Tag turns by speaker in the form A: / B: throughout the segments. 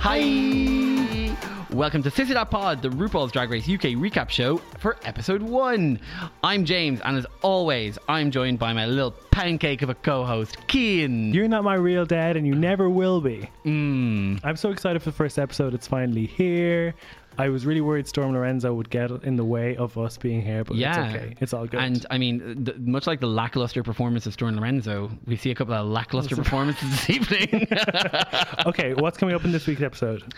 A: Hi! Welcome to Sissy Dot Pod, the RuPaul's Drag Race UK recap show for episode one. I'm James, and as always, I'm joined by my little pancake of a co-host, Kian.
B: You're not my real dad, and you never will be.
A: Mmm.
B: I'm so excited for the first episode. It's finally here. I was really worried Storm Lorenzo would get in the way of us being here, but
A: Yeah,
B: it's okay. It's all good.
A: And I mean, th- much like the lackluster performance of Storm Lorenzo, we see a couple of lackluster performances this evening.
B: okay, what's coming up in this week's episode?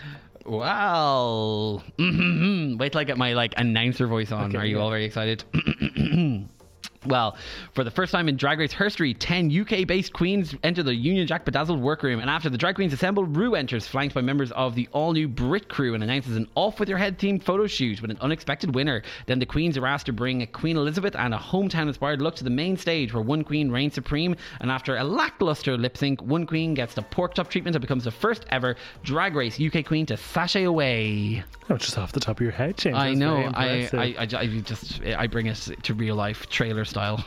A: Well, wait till I get my like announcer voice on.
B: Okay,
A: Are you
B: yeah.
A: all very excited? well, for the first time in Drag Race history, 10 UK based queens enter the Union Jack bedazzled workroom. And after the drag queens assemble, Rue enters, flanked by members of the all new Brit crew, and announces an off with your head themed photo shoot with an unexpected winner. Then the queens are asked to bring a Queen Elizabeth and a hometown inspired look to the main stage, where one queen reigns supreme. And after a lackluster lip sync, one queen gets the pork chop treatment and becomes the first ever Drag Race UK queen to sashay away.
B: Oh, just off the top of your head, James.
A: I
B: That's
A: know.
B: very
A: I,
B: impressive.
A: I, I, ju- I just I bring it to real life trailer style.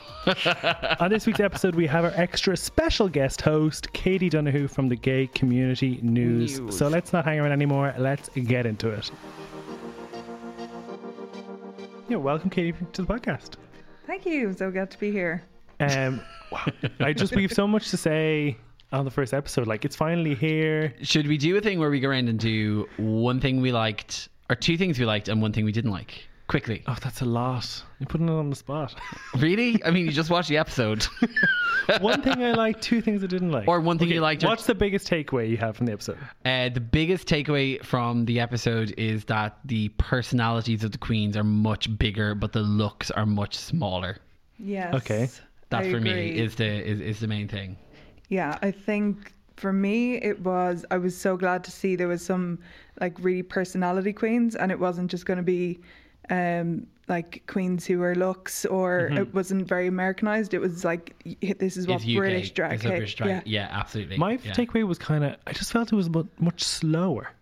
B: On this week's episode, we have our extra special guest host, Katie Donahue from the Gay Community News.
A: News.
B: So let's not hang around anymore. Let's get into it. Yeah, welcome, Katie, to the podcast.
C: Thank you. I'm So glad to be here.
B: Um, wow. I just we have so much to say on the first episode. Like it's finally here.
A: Should we do a thing where we go around and do one thing we liked, or two things we liked, and one thing we didn't like? Quickly.
B: Oh, that's a lot. You're putting it on the spot.
A: Really? I mean, you just watched the episode.
B: one thing I liked, two things I didn't like,
A: Or one thing you liked or-
B: What's the biggest takeaway you have from the episode?
A: Uh, the biggest takeaway from the episode is that the personalities of the queens are much bigger, but the looks are much smaller.
C: Yes.
B: Okay.
A: That
C: I
A: for me
C: agree.
A: is the is, is the main thing.
C: Yeah, I think for me it was I was so glad to see there was some like really personality queens and it wasn't just going to be um like queens who were looks or it wasn't very americanized it was like y- this is what
A: Mm-hmm. It's UK.
C: British drag
A: It's a
C: cake-
A: British drag. Yeah, absolutely.
B: My
A: yeah.
B: takeaway was kind of. I just felt it was mu- much slower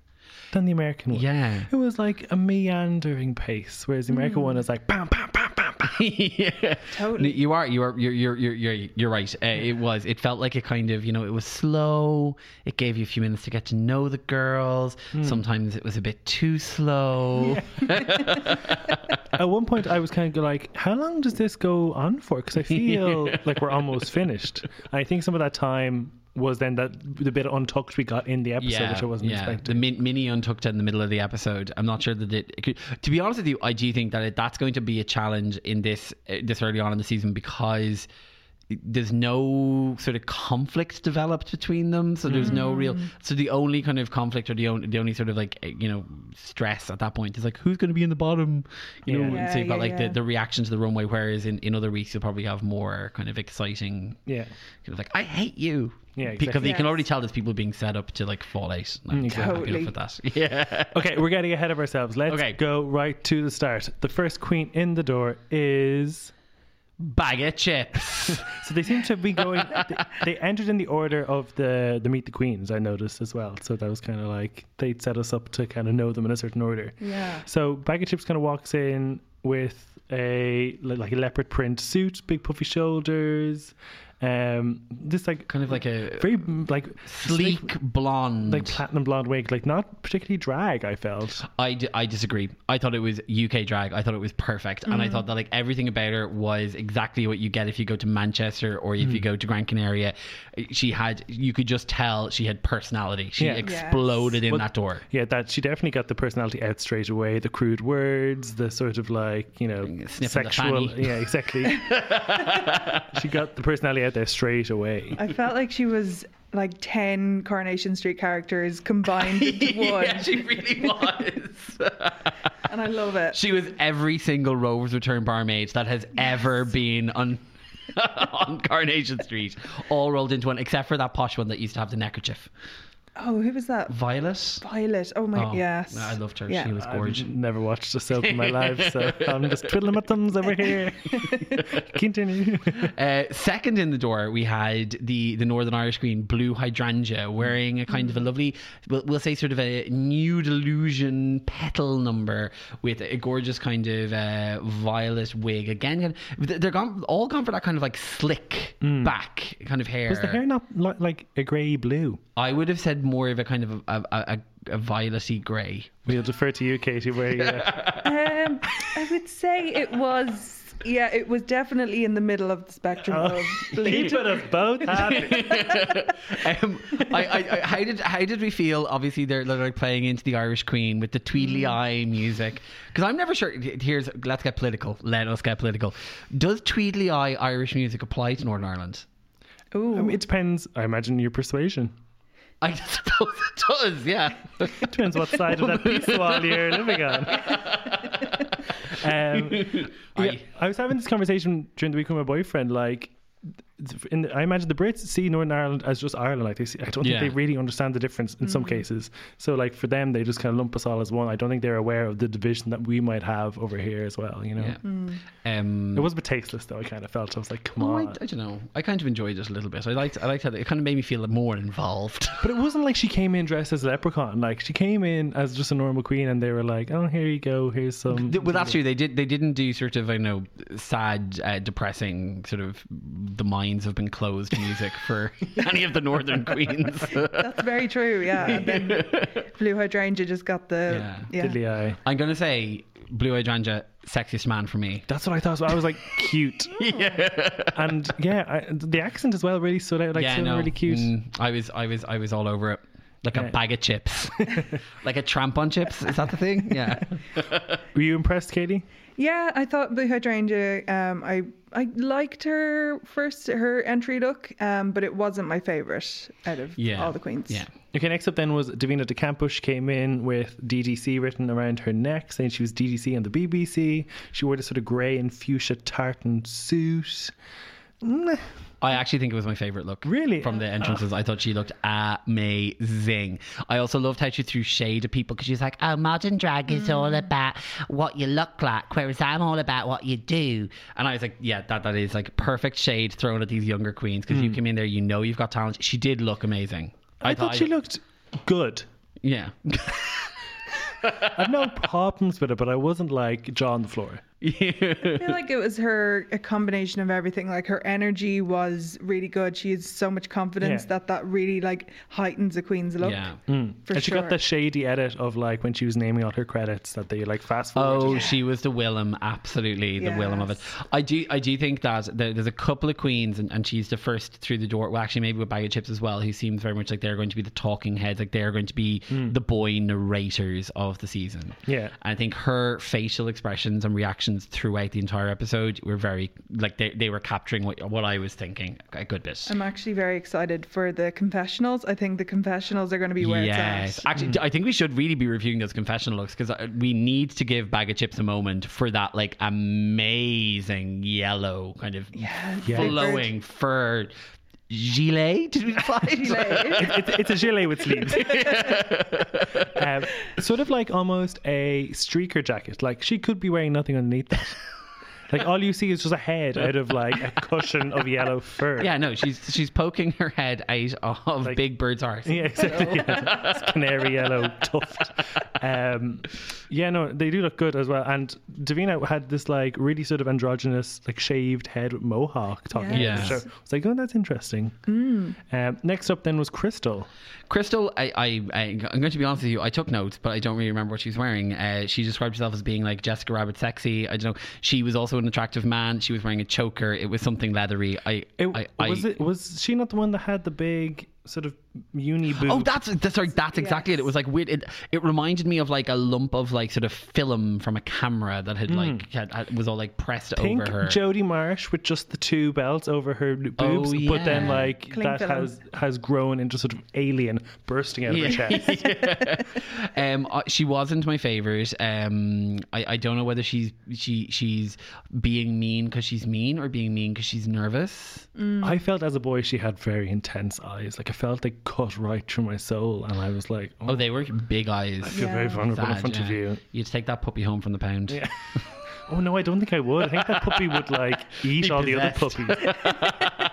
B: than the American one.
A: Yeah.
B: It was like a meandering pace, whereas the American one is like bam, bam, bam, bam, bam.
A: yeah.
C: Totally.
A: You are you are you're you're you're you're, you're right. Uh, it was. It felt like a kind of you know it was slow. It gave you a few minutes to get to know the girls. Sometimes it was a bit too slow.
B: At one point, I was kind of like, "How long does this go on for?" Because I feel like we're almost finished. I think some of that time was then that the bit of untucked we got in the episode, which I wasn't
A: The
B: expecting.
A: min- mini untucked in the middle of the episode. I'm not sure that it, it could, to be honest with you, I do think that it, that's going to be a challenge in this uh, this early on in the season because there's no sort of conflict developed between them so there's no real
B: Hmm.
A: so the only kind of conflict or the only the only sort of like uh, you know stress at that point is like who's going to be in the bottom you know
B: Yeah.
A: so you've got
C: Yeah,
A: like
C: yeah,
A: the,
C: yeah.
A: the reaction to the runway whereas in, in other weeks you'll probably have more kind of exciting
B: Yeah,
A: kind of like I hate you.
B: Yeah,
A: because
B: exactly.
A: you can
C: Yes.
A: already tell there's people being set up to like fall out. And I'm
B: exactly.
A: happy enough with that. Yeah.
B: Okay, we're getting ahead of ourselves. Let's
A: Okay.
B: go right to the start. The first queen in the door is.
A: Bag of chips.
B: So they seem to be going. they, they entered in the order of the the meet the queens. I noticed as well. So that was kind of like they would set us up to kind of know them in a certain order.
C: Yeah.
B: So bag of chips kind of walks in with a li- like a leopard print suit, big puffy shoulders, um, this like
A: kind of like a
B: very like
A: sleek blonde.
B: like platinum blonde wig, like not particularly drag. I felt.
A: I, d- I disagree. I thought it was UK drag. I thought it was perfect. And I
C: Mm.
A: thought that like everything about her was exactly what you get if you go to Manchester or if you
B: Mm.
A: go to Gran Canaria. She had, you could just tell she had personality. She
B: Yeah.
C: Yes.
A: exploded in
B: Well,
A: that door.
B: Yeah, that she definitely got the personality out straight away. The crude words, the sort of like you know
A: Sniffing the
B: sexual.
A: fanny.
B: Yeah, exactly. she got the personality out there straight away.
C: I felt like she was like 10 Coronation Street characters combined into one
A: yeah, she really was.
C: and I love it.
A: She was every single Rover's Return barmaid that has ever been on on Carnation Street, all rolled into one, except for that posh one that used to have the neckerchief.
C: oh, who was that?
A: Violet.
C: Violet. Oh my
A: Oh,
C: yes.
A: I loved her.
C: Yeah.
A: She was gorgeous.
B: I've never watched a soap in my life, so I'm just twiddling my thumbs over here. Continue.
A: Uh, second in the door, we had the the Northern Irish Queen, Blue Hydrangea, wearing a kind of a lovely, we'll, we'll say sort of a nude illusion petal number with a gorgeous kind of uh, violet wig. Again, kind of- they're gone, all gone for that kind of like slick back kind of hair.
B: Was the hair not li- like a grey blue?
A: I would have said said more of a kind of a, a, a, a violety grey.
B: We'll defer to you, Katie, where you.
C: Um, I would say it was. Yeah, it was definitely in the middle of the spectrum.
B: Oh,
C: Of
B: you
C: bleed.
B: could have both had.
A: um, I, I, I, how did how did we feel? Obviously, they're, they're like playing into the Irish Queen with the Tweedly
B: Mm.
A: Eye music. Because I'm never sure. Here's let's get political. Let us get political. Does Tweedly Eye Irish music apply to Northern Ireland?
C: Ooh,
B: Um, it depends, I imagine, your persuasion.
A: I suppose it does. Yeah.
B: Depends what side of that peace wall you're living on. Um, yeah,
A: I,
B: I was having this conversation during the week with my boyfriend. Like, in the, I imagine the Brits see Northern Ireland as just Ireland. Like, they see, I don't
A: Yeah.
B: think they really understand the difference in some cases. So, like for them, they just kind of lump us all as one. I don't think they're aware of the division that we might have over here as well. You know,
A: yeah. Um,
B: Hmm. it was a bit tasteless though. I kind of felt I was like, come
A: Oh, I,
B: on.
A: I don't know. I kind of enjoyed it a little bit. I liked. I liked how it kind of made me feel more involved.
B: but it wasn't like she came in dressed as a leprechaun. Like she came in as just a normal queen, and they were like, "Oh, here you go. Here's some."
A: Th- Well, that's true. They did. They didn't do sort of I don't know sad, uh, depressing sort of the minds have been closed music for any of the northern queens.
C: that's very true. Yeah, and then Blue Hydrangea just got the
A: Yeah.
C: yeah.
B: Diddly eye.
A: I'm gonna say Blue Eyed Ranja, sexiest man for me.
B: That's what I thought. So I was like, cute. And yeah, I, the accent as well really stood out. Like,
A: yeah,
B: so
A: no,
B: really cute.
A: mm, I was, I was, I was all over it. Like
B: Yeah.
A: a bag of chips, like a tramp on chips. Is that the thing? Yeah.
B: Were you impressed, Katie?
C: Yeah, I thought Blue Hydrangea. Um, I I liked her first her entry look, um, but it wasn't my favorite out of
A: Yeah.
C: all the queens.
A: Yeah.
B: Okay, next up then was Davina de Campos came in with DDC written around her neck, saying she was DDC on the BBC. She wore this sort of grey and fuchsia tartan suit. Mm,
A: I actually think it was my favorite look.
B: Really?
A: From the entrances, I thought she looked amazing. I also loved how she threw shade at people because she's like, "Oh, modern drag is all
B: Mm.
A: about what you look like, whereas I'm all about what you do." And I was like, "Yeah, that that is like perfect shade thrown at these younger queens because you came in there, you know, you've got talent." She did look amazing.
B: Mm. I, thought she looked good.
A: yeah,
B: I've no problems with it, but I wasn't like jaw on the floor.
C: I feel like it was her a combination of everything. Like her energy was really good. She has so much confidence
B: Yeah. Mm.
C: that that really like heightens a queen's look.
A: yeah.
C: for
B: and she
C: sure.
B: got the shady edit of like when she was naming all her credits that they like fast forward.
A: Oh, she was the Willem, absolutely the Willem of it.
C: Yes.
A: I do, I do think that there, there's a couple of queens, and, and she's the first through the door. Well, actually, maybe with Bag of Chips as well, who seems very much like they're going to be the talking heads, like they're going to be the boy narrators of the season.
B: Yeah.
A: and I think her facial expressions and reactions throughout the entire episode were very like they, they were capturing what what I was thinking a good bit.
C: I'm actually very excited for the confessionals. I think the confessionals are going to be where
A: yes.
C: it's at. Mm.
A: Actually, I think we should really be reviewing those confessional looks because we need to give Bag of Chips a moment for that like amazing yellow kind of flowing fur. Gilet? Did we find?
C: Like,
B: it's, it's a gilet with sleeves. um, sort of like almost a streaker jacket. Like she could be wearing nothing underneath that. Like all you see is just a head out of like a cushion of yellow fur.
A: yeah, no, she's she's poking her head out of
B: Like-
A: Big Bird's arse.
B: Yeah, exactly. Yeah. It's canary yellow tuft. Um, yeah, no, they do look good as well. And Davina had this like really sort of androgynous, like shaved head with mohawk talking.
A: Yes.
B: So I was like, oh, that's interesting. Um, next up then was Crystal.
A: Crystal, I, I, I, I'm going to be honest with you. I took notes, but I don't really remember what she was wearing. Uh, she described herself as being like Jessica Rabbit, sexy. I don't know. She was also an attractive man. She was wearing a choker. It was something leathery. I,
B: It,
A: I,
B: was
A: I,
B: it was she not the one that had the big sort of uni boob?
A: Oh, that's, that's sorry. That's exactly it. It was like weird. It, it reminded me of like a lump of like sort of film from a camera that had like had, had- was all like pressed
B: Hmm. pink
A: over her.
B: Jodie Marsh with just the two belts over her boobs,
A: Oh,
B: but then
A: yeah.
B: like
C: Cling
B: that
C: film.
B: has has grown into sort of alien bursting out of her chest.
A: um, uh, she wasn't my favorite. Um, I, I don't know whether she's she she's being mean because she's mean or being mean because she's nervous.
B: I felt as a boy she had very intense eyes. Like I felt they cut right through my soul, and I was like, oh,
A: Oh, they were big eyes.
B: I feel very
C: Yeah.
B: vulnerable in
A: Sad,
B: front of
A: yeah.
B: you.
A: You'd take that puppy home from the pound.
B: Yeah. Oh no, I don't think I would. I think that puppy would like eat all
A: possessed.
B: the other puppies.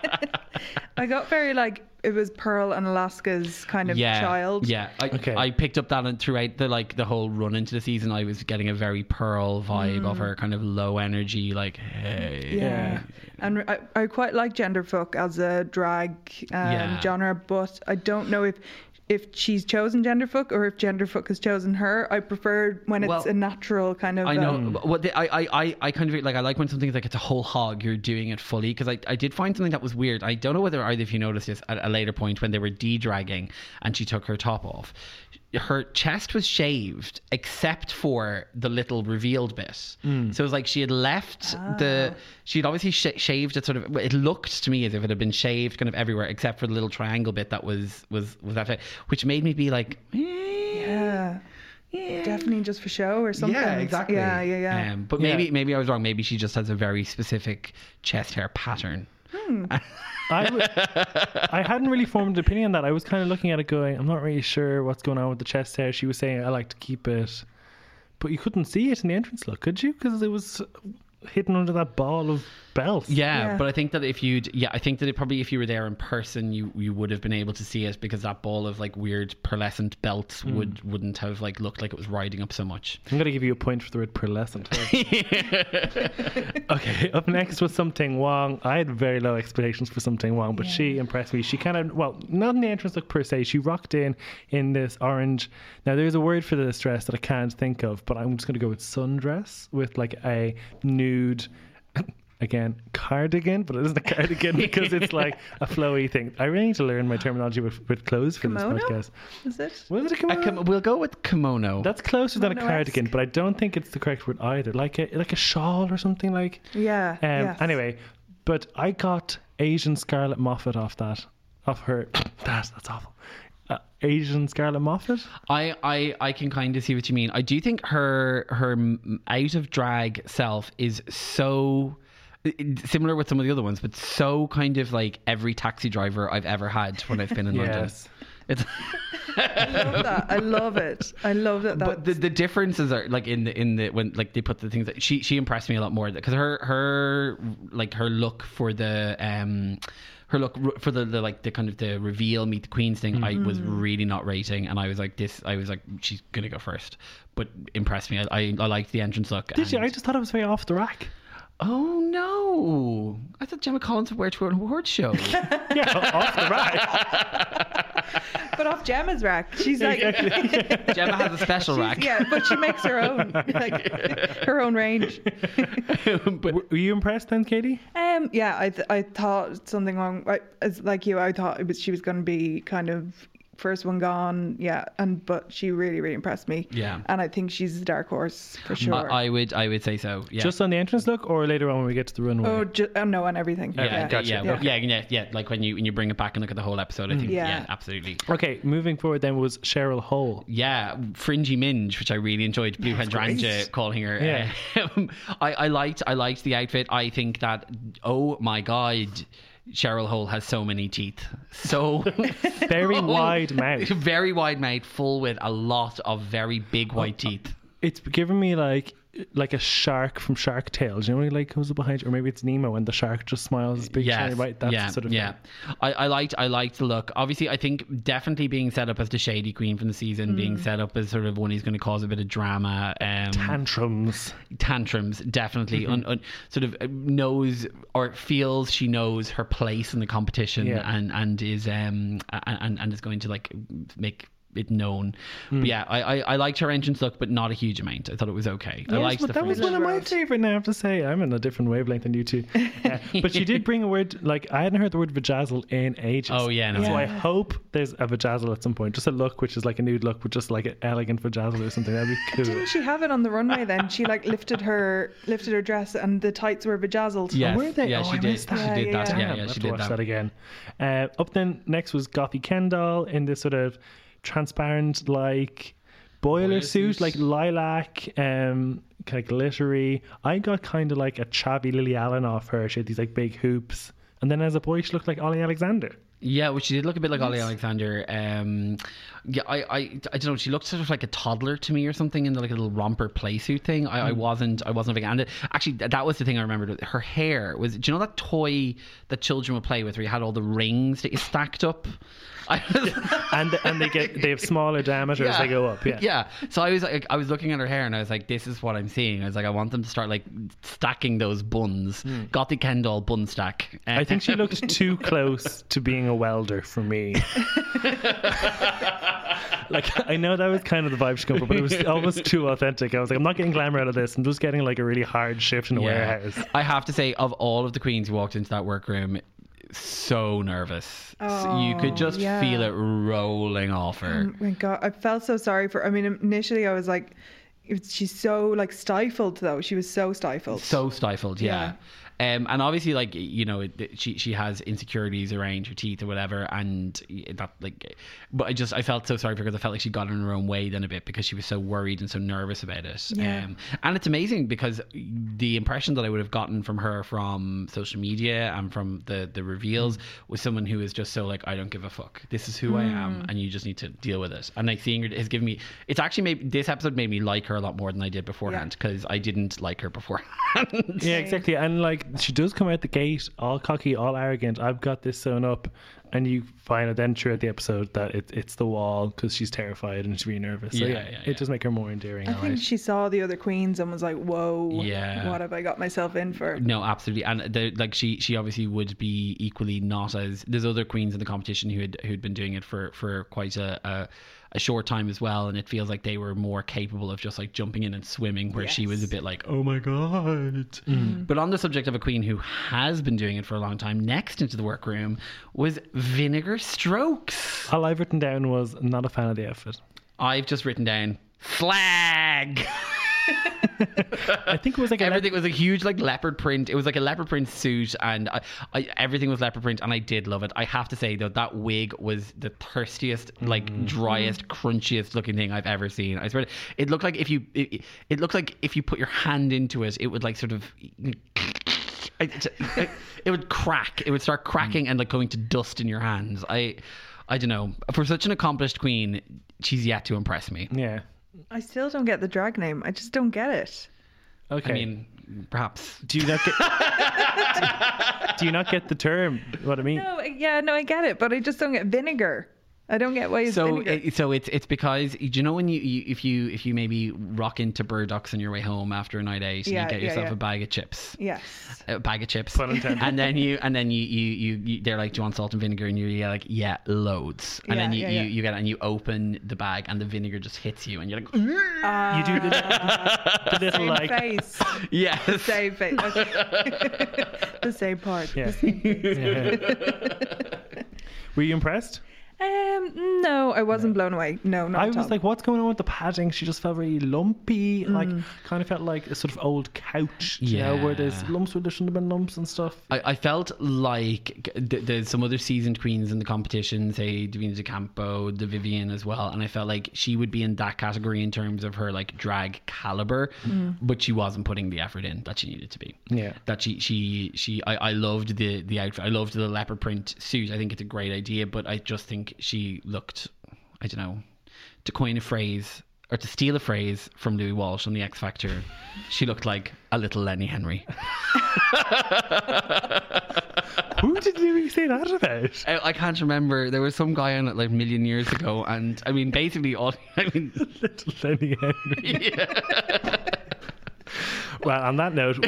C: I got very like it was Pearl and Alaska's kind of
A: Yeah,
C: child.
A: Yeah, I,
B: Okay.
A: I picked up that and throughout the like the whole run into the season. I was getting a very Pearl vibe
C: Mm.
A: of her kind of low energy, like hey,
B: Yeah.
C: Yeah. And I, I quite like genderfuck as a drag um,
A: Yeah.
C: genre, but I don't know if if she's chosen genderfuck or if genderfuck has chosen her. I prefer when it's
A: Well,
C: a natural kind of.
A: I know.
C: um,
A: What the, I, I, I, I kind of like. I like when something's like it's a whole hog. You're doing it fully because I, I did find something that was weird. I don't know whether either of you noticed this at a later point when they were de-dragging and she took her top off. Her chest was shaved except for the little revealed bit. So it was like she had left the. She'd obviously sh- shaved it sort of. It looked to me as if it had been shaved kind of everywhere except for the little triangle bit that was was was that, which made me be like. eh,
C: yeah.
A: yeah.
C: Definitely just for show or something.
A: Yeah, exactly.
C: Yeah, yeah, yeah.
A: Um, but
B: Yeah.
A: maybe maybe I was wrong. Maybe she just has a very specific chest hair pattern.
B: I, w- I hadn't really formed an opinion on that. I was kind of looking at it going, I'm not really sure what's going on with the chest hair. She was saying, I like to keep it. But you couldn't see it in the entrance look, could you? Because it was hidden under that ball of belt.
A: Yeah,
C: Yeah.
A: but I think that if you'd yeah, I think that it probably if you were there in person, you you would have been able to see it because that ball of like weird pearlescent belts
C: Hmm.
A: would wouldn't have like looked like it was riding up so much.
B: I'm going to give you a point for the word pearlescent. okay, up next was Something Wong. I had very low expectations for Something Wong, but she impressed me. She kind of, well, not in the entrance look per se. She rocked in in this orange. Now, there's a word for this dress that I can't think of, but I'm just going to go with sundress with like a nude. Again, cardigan, but it isn't a cardigan because it's like a flowy thing. I really need to learn my terminology with, with clothes for
C: Kimono?
B: this podcast.
C: Is it?
B: Was it a
A: I
B: kimono?
A: com- Uh, we'll go with kimono.
B: That's closer than a
C: Kimono-esque.
B: cardigan, but I don't think it's the correct word either. Like a like a shawl or something like.
C: Yeah.
B: Um,
C: yes.
B: Anyway, but I got Asian Scarlet Moffat off that, off her. that that's awful. Uh, Asian Scarlet Moffat.
A: I, I I can kind of see what you mean. I do think her her m- out of drag self is so i- i- similar with some of the other ones, but so kind of like every taxi driver I've ever had when I've been in London.
B: Yes.
A: It's
C: I love that. I love it. I love that.
A: but the,
C: that's-
A: the differences are like in the in the when like they put the things that she she impressed me a lot more because her her like her look for the um her look r- for the, the like the kind of the reveal meet the queens thing I was
B: Mm-hmm.
A: really not rating and I was like this I was like she's gonna go first but impressed me I I, I liked the entrance look
B: Did you?
A: and-
B: I just thought it was very off the rack.
A: oh no I thought Gemma Collins would wear it to an award show
B: Yeah, off the rack.
C: but off Gemma's rack, she's like,
A: Gemma has a special rack
C: yeah, but she makes her own, like her own range.
A: but
B: Were you impressed then, Katie?
C: Um, yeah, I th- I thought something wrong. I, as like you, I thought it was she was going to be kind of first one gone. Yeah, and but she really really impressed me.
A: Yeah.
C: and I think she's the dark horse for sure.
A: I, I would I would say so yeah
B: Just on the entrance look, or later on when we get to the runway?
C: oh, ju- oh no, on everything.
A: Yeah,
B: gotcha.
A: yeah, yeah, yeah, yeah. Like when you when you bring it back and look at the whole episode,
B: Mm-hmm.
A: I think yeah,
C: Yeah.
A: absolutely.
B: Okay, moving forward then was Cheryl Hole.
A: Yeah, Fringy Minge, which I really enjoyed. Blue Hydrangea calling her.
B: Yeah.
A: Um, I, I liked I liked the outfit. I think that oh my god, Cheryl Hole has so many teeth. So
B: Very wide mouth.
A: very wide mouth, full with a lot of very big white
B: uh,
A: teeth.
B: it's giving me like like a shark from Shark Tale. Do you know when he like comes up behind you, or maybe it's Nemo and the shark just smiles as big shiny white. That's
A: yeah,
B: sort of
A: yeah. I, I liked I liked the look. Obviously, I think definitely being set up as the shady queen from the season,
B: Mm.
A: being set up as sort of one who's going to cause a bit of drama, um,
B: tantrums.
A: tantrums, definitely,
B: Mm-hmm.
A: un, un- sort of uh, knows or feels she knows her place in the competition,
B: Yeah.
A: and and is um a- and and is going to like make. It known,
B: Mm.
A: but yeah, I, I I liked her entrance look, but not a huge amount. I thought it was okay. I liked
B: but
A: the
B: that was
A: fringe.
B: one of my
C: Right.
B: favorite. Now I have to say, I'm in a different wavelength than you two. Uh, but she did bring a word like I hadn't heard the word vajazzle in ages.
A: Oh, yeah, no.
B: so I
C: Yeah.
B: hope there's a vajazzle at some point. Just a look, which is like a nude look, but just like an elegant vajazzle or something. That'd be cool.
C: Didn't she have it on the runway then? She like lifted her lifted her dress and the tights were bejazzled.
A: Yes,
B: were they?
A: yeah,
B: Oh,
A: she
B: I
A: did.
B: missed
A: She
B: that.
C: Yeah,
A: did
C: yeah,
A: that.
C: yeah.
A: Yeah,
B: Damn,
A: yeah,
B: I'll
A: she
B: have to
A: did
B: watch
A: that.
B: that, again. Uh, up then next was Gothy Kendall in this sort of transparent like boiler,
A: Boiler
B: suit,
A: suit.
B: like lilac, um, kind of glittery. I got kind of like a chavvy Lily Allen off her. She had these like big hoops, and then as a boy, she looked like Ollie Alexander.
A: Yeah, which she did look a bit like Ollie Alexander. Um, yeah, I, I, I don't know. She looked sort of like a toddler to me or something in the, like a little romper playsuit thing. I, I
B: Hmm.
A: wasn't, I wasn't a big and it- actually th- that was the thing I remembered. Her hair was. Do you know that toy that children would play with, where you had all the rings that you stacked up? I was,
B: And and they get they have smaller diameters as they go up. Yeah.
A: So I was like, I was looking at her hair and I was like, this is what I'm seeing. I was like, I want them to start like
B: Hmm.
A: stacking those buns. Got the Kendall bun stack.
B: I think she looked too close to being a welder for me. like I know that was kind of the vibe she came from, but it was almost too authentic. I was like, I'm not getting glamour out of this. I'm just getting like a really hard shift in a warehouse.
A: I have to say, of all of the queens who walked into that workroom, so nervous. So you
C: Oh,
A: could just
C: yeah. Um,
A: feel it rolling off her.
C: Oh my god i felt so sorry for i mean initially i was like it- she's so like stifled though she was so stifled
A: So stifled, yeah. Um, and obviously, like you know, it, it- she she has insecurities around her teeth or whatever, and that like. But I just I felt so sorry for her because I felt like she got in her own way then a bit because she was so worried and so nervous about it.
C: Yeah.
A: Um, and it's amazing because the impression that I would have gotten from her from social media and from the the reveals was someone who is just so like I don't give a fuck. This is who I am, and you just need to deal with it. And like seeing her has given me. It's actually made this episode made me like her a lot more than I did beforehand because I didn't like her beforehand.
B: Yeah, exactly. And like she does come out the gate all cocky, all arrogant. I've got this sewn up, and you find out then throughout the episode that it, it's the wall because she's terrified and she's really nervous. So
A: Yeah,
B: yeah,
A: yeah, yeah.
B: it does make her more endearing.
C: I
B: all
C: think
B: right.
C: she saw the other queens and was like, "Whoa,
A: Yeah.
C: what have I got myself in for?"
A: No, absolutely, and the, like she, she obviously would be equally not as there's other queens in the competition who had who'd been doing it for for quite a, a a short time as well, and it feels like they were more capable of just like jumping in and swimming, where she was a bit like, oh my god. But on the subject of a queen who has been doing it for a long time, next into the workroom was Vinegar Strokes.
B: All I've written down was not a fan of the outfit.
A: I've just written down flag.
B: I think it was like a
A: everything was a huge like leopard print. It was like a leopard print suit, and I, I, everything was leopard print, and I did love it. I have to say though, that wig was the thirstiest,
B: Mm-hmm.
A: like driest, crunchiest looking thing I've ever seen. I swear, to- it looked like if you, it, it looked like if you put your hand into it, it would like sort of. It, it- it would crack. It would start cracking and like going to dust in your hands. I, I don't know. For such an accomplished queen, she's yet to impress me.
B: yeah.
C: I still don't get the drag name. I just don't get it.
B: Okay.
A: I mean, perhaps
B: do you not get? do you not get the term? What I mean?
C: No, I- yeah, no, I get it, but I just don't get vinegar. I don't get why it's
A: so
C: vinegar.
A: it, so it's it's because do you know when you, you if you if you maybe rock into Burdocks on your way home after a night out and
C: Yeah,
A: you get
C: yeah,
A: yourself
C: yeah.
A: a bag of chips
C: yes,
A: a bag of chips
B: Pun intended.
A: and then you and then you, you you you they're like do you want salt and vinegar and you're yeah, like yeah loads and
C: Yeah,
A: then you,
C: yeah,
A: you
C: yeah.
A: you get it and you open the bag and the vinegar just hits you and you're like
C: Mm-hmm.
A: "Ugh."
B: You do the, the little
C: same
B: like.
C: Uh, face,
A: yes
C: same face, Okay. the same part.
B: Yeah.
C: the same face.
B: Yeah. Were you impressed?
C: Um, no, I wasn't blown away. No, not
B: I
C: at
B: was
C: all.
B: like, what's going on with the padding? She just felt really lumpy,
C: Mm.
B: like kind of felt like a sort of old couch, you know, where there's
A: Yeah.
B: lumps where there shouldn't have been lumps and stuff.
A: I, I felt like th- there's some other seasoned queens in the competition, say Davina De Campo, the Vivian as well, and I felt like she would be in that category in terms of her like drag caliber, but she wasn't putting the effort in that she needed to be.
B: Yeah.
A: that she she she I, I loved the the outfit. I loved the leopard print suit. I think it's a great idea, but I just think she looked, I don't know, to coin a phrase. Or to steal a phrase from Louis Walsh on The X Factor, she looked like a little Lenny Henry.
B: Who did you say that about?
A: I, I can't remember. There was some guy on it like a million years ago, and I mean, basically, all I mean,
B: Little Lenny Henry.
A: yeah.
B: Well, on that note,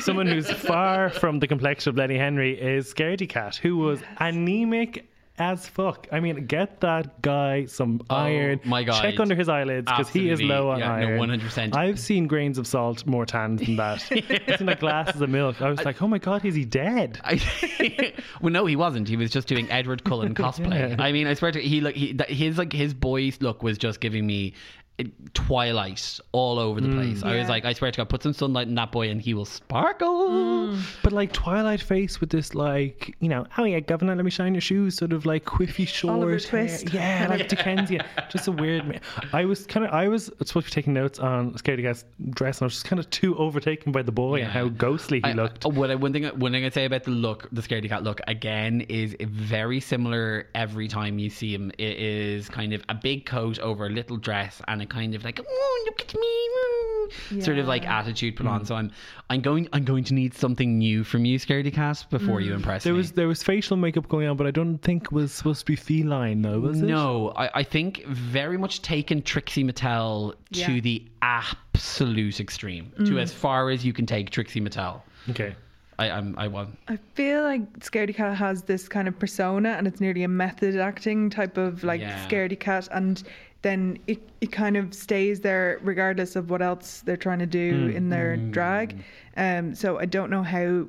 B: someone who's far from the complexion of Lenny Henry is Scaredy Cat, who was anemic as fuck. I mean, get that guy some iron.
A: Oh, my God.
B: Check under his eyelids because he is
A: Absolutely.
B: low on
A: Yeah, no,
B: iron.
A: 100%.
B: I've seen grains of salt more tanned than that. It's in like glasses of milk. I was like, oh my god, is he dead?
A: I, well, no, he wasn't. He was just doing Edward Cullen cosplay.
B: Yeah.
A: I mean, I swear to he like he, that, his like his boy's look was just giving me eh, Twilight all over the place. I was
C: Yeah.
A: like, I swear to God, put some sunlight in that boy, and he will sparkle. Mm.
B: But like Twilight face with this like you know oh yeah governor let me shine your shoes sort of like quiffy short
C: Oliver
B: hair.
C: Twist.
B: yeah like Dickensian just a weird ma- I was kind of I was supposed to be taking notes on Scaredy Cat's dress and I was just kind of too overtaken by the boy and how ghostly he
A: I- oh,
B: looked
A: I- what I, one thing, one thing I'd say about the look, the scaredy cat look, again, is very similar every time you see him. It is kind of a big coat over a little dress and a kind of like, oh, look at me, ooh," sort of like attitude put
B: Hmm.
A: on. So I'm, I'm going, I'm going to need something new from you, scaredy cat, before you impress
B: there
A: me.
B: was there was facial makeup going on but I don't think it was supposed to be feline though was it
A: no, I, I think very much taken Trixie Mattel
C: Yeah.
A: to the absolute extreme, to as far as you can take Trixie Mattel.
B: okay
A: I I'm, I won.
C: I feel like Scaredy Cat has this kind of persona and it's nearly a method acting type of like
A: Yeah.
C: Scaredy Cat and then it, it kind of stays there regardless of what else they're trying to
A: Hmm.
C: do in their drag. Um so I don't know how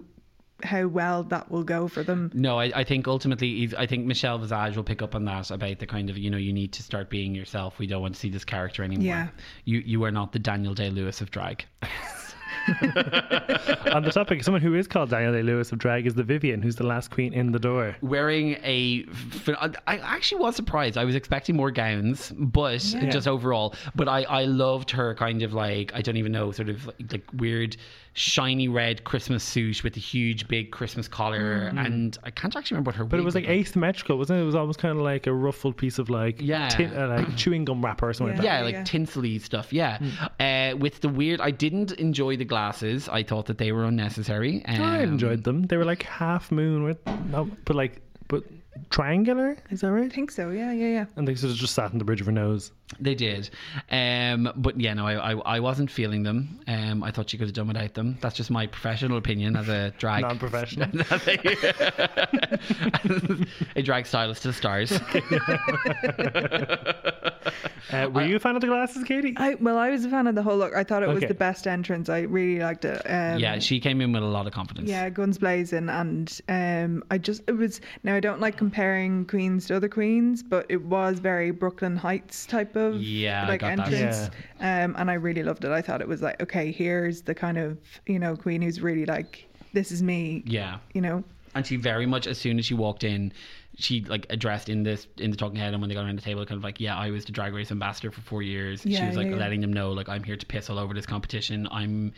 C: how well that will go for them.
A: No, I, I think ultimately, he's- I think Michelle Visage will pick up on that about the kind of you know you need to start being yourself. We don't want to see this character anymore.
C: Yeah.
A: You you are not the Daniel Day Lewis of drag.
B: On the topic, someone who is called Daniel Day Lewis of drag is the Vivian, who's the last queen in the door.
A: Wearing a, ph- I actually was surprised. I was expecting more gowns, but just overall, but I I loved her kind of like I don't even know sort of like, like weird shiny red Christmas suit with a huge big Christmas collar, and I can't actually remember what her.
B: But it was like asymmetrical, wasn't it? It was almost kind of like a ruffled piece of like
A: Yeah.
B: tin, uh, like chewing gum wrapper or something like that.
A: yeah,
C: Yeah,
A: like
C: yeah.
A: tinsely stuff. Yeah,
B: Hmm.
A: uh, with the weird. I didn't enjoy the glasses. I thought that they were unnecessary. Um,
B: I enjoyed them. They were like half moon with no, but like but triangular. Is that
C: I
B: right?
C: think so, yeah, yeah, yeah.
B: And they sort of just sat on the bridge of her nose.
A: They did, um, but yeah, no, I, I I wasn't feeling them. Um, I thought she could have done without them. That's just my professional opinion as a drag
B: Non-professional.
A: a drag stylist to the stars.
B: Uh, were you a fan of the glasses, Katie?
A: Uh,
C: I well I was a fan of the whole look. I thought it was
B: Okay.
C: the best entrance. I really liked it. Um,
A: yeah, she came in with a lot of confidence.
C: Yeah, guns blazing, and um, I just it was. Now I don't like comparing queens to other queens, but it was very Brooklyn Heights type of
A: Yeah, I
C: like
A: got that.
C: entrance, um, and I really loved it. I thought it was like, okay, here's the kind of you know queen who's really like, this is me,
A: yeah.
C: you know.
A: and she very much as soon as she walked in she like addressed in this in the talking head and when they got around the table kind of like yeah i was the drag race ambassador for four years she
C: Yeah,
A: was like
C: yeah, yeah.
A: letting them know like i'm here to piss all over this competition i'm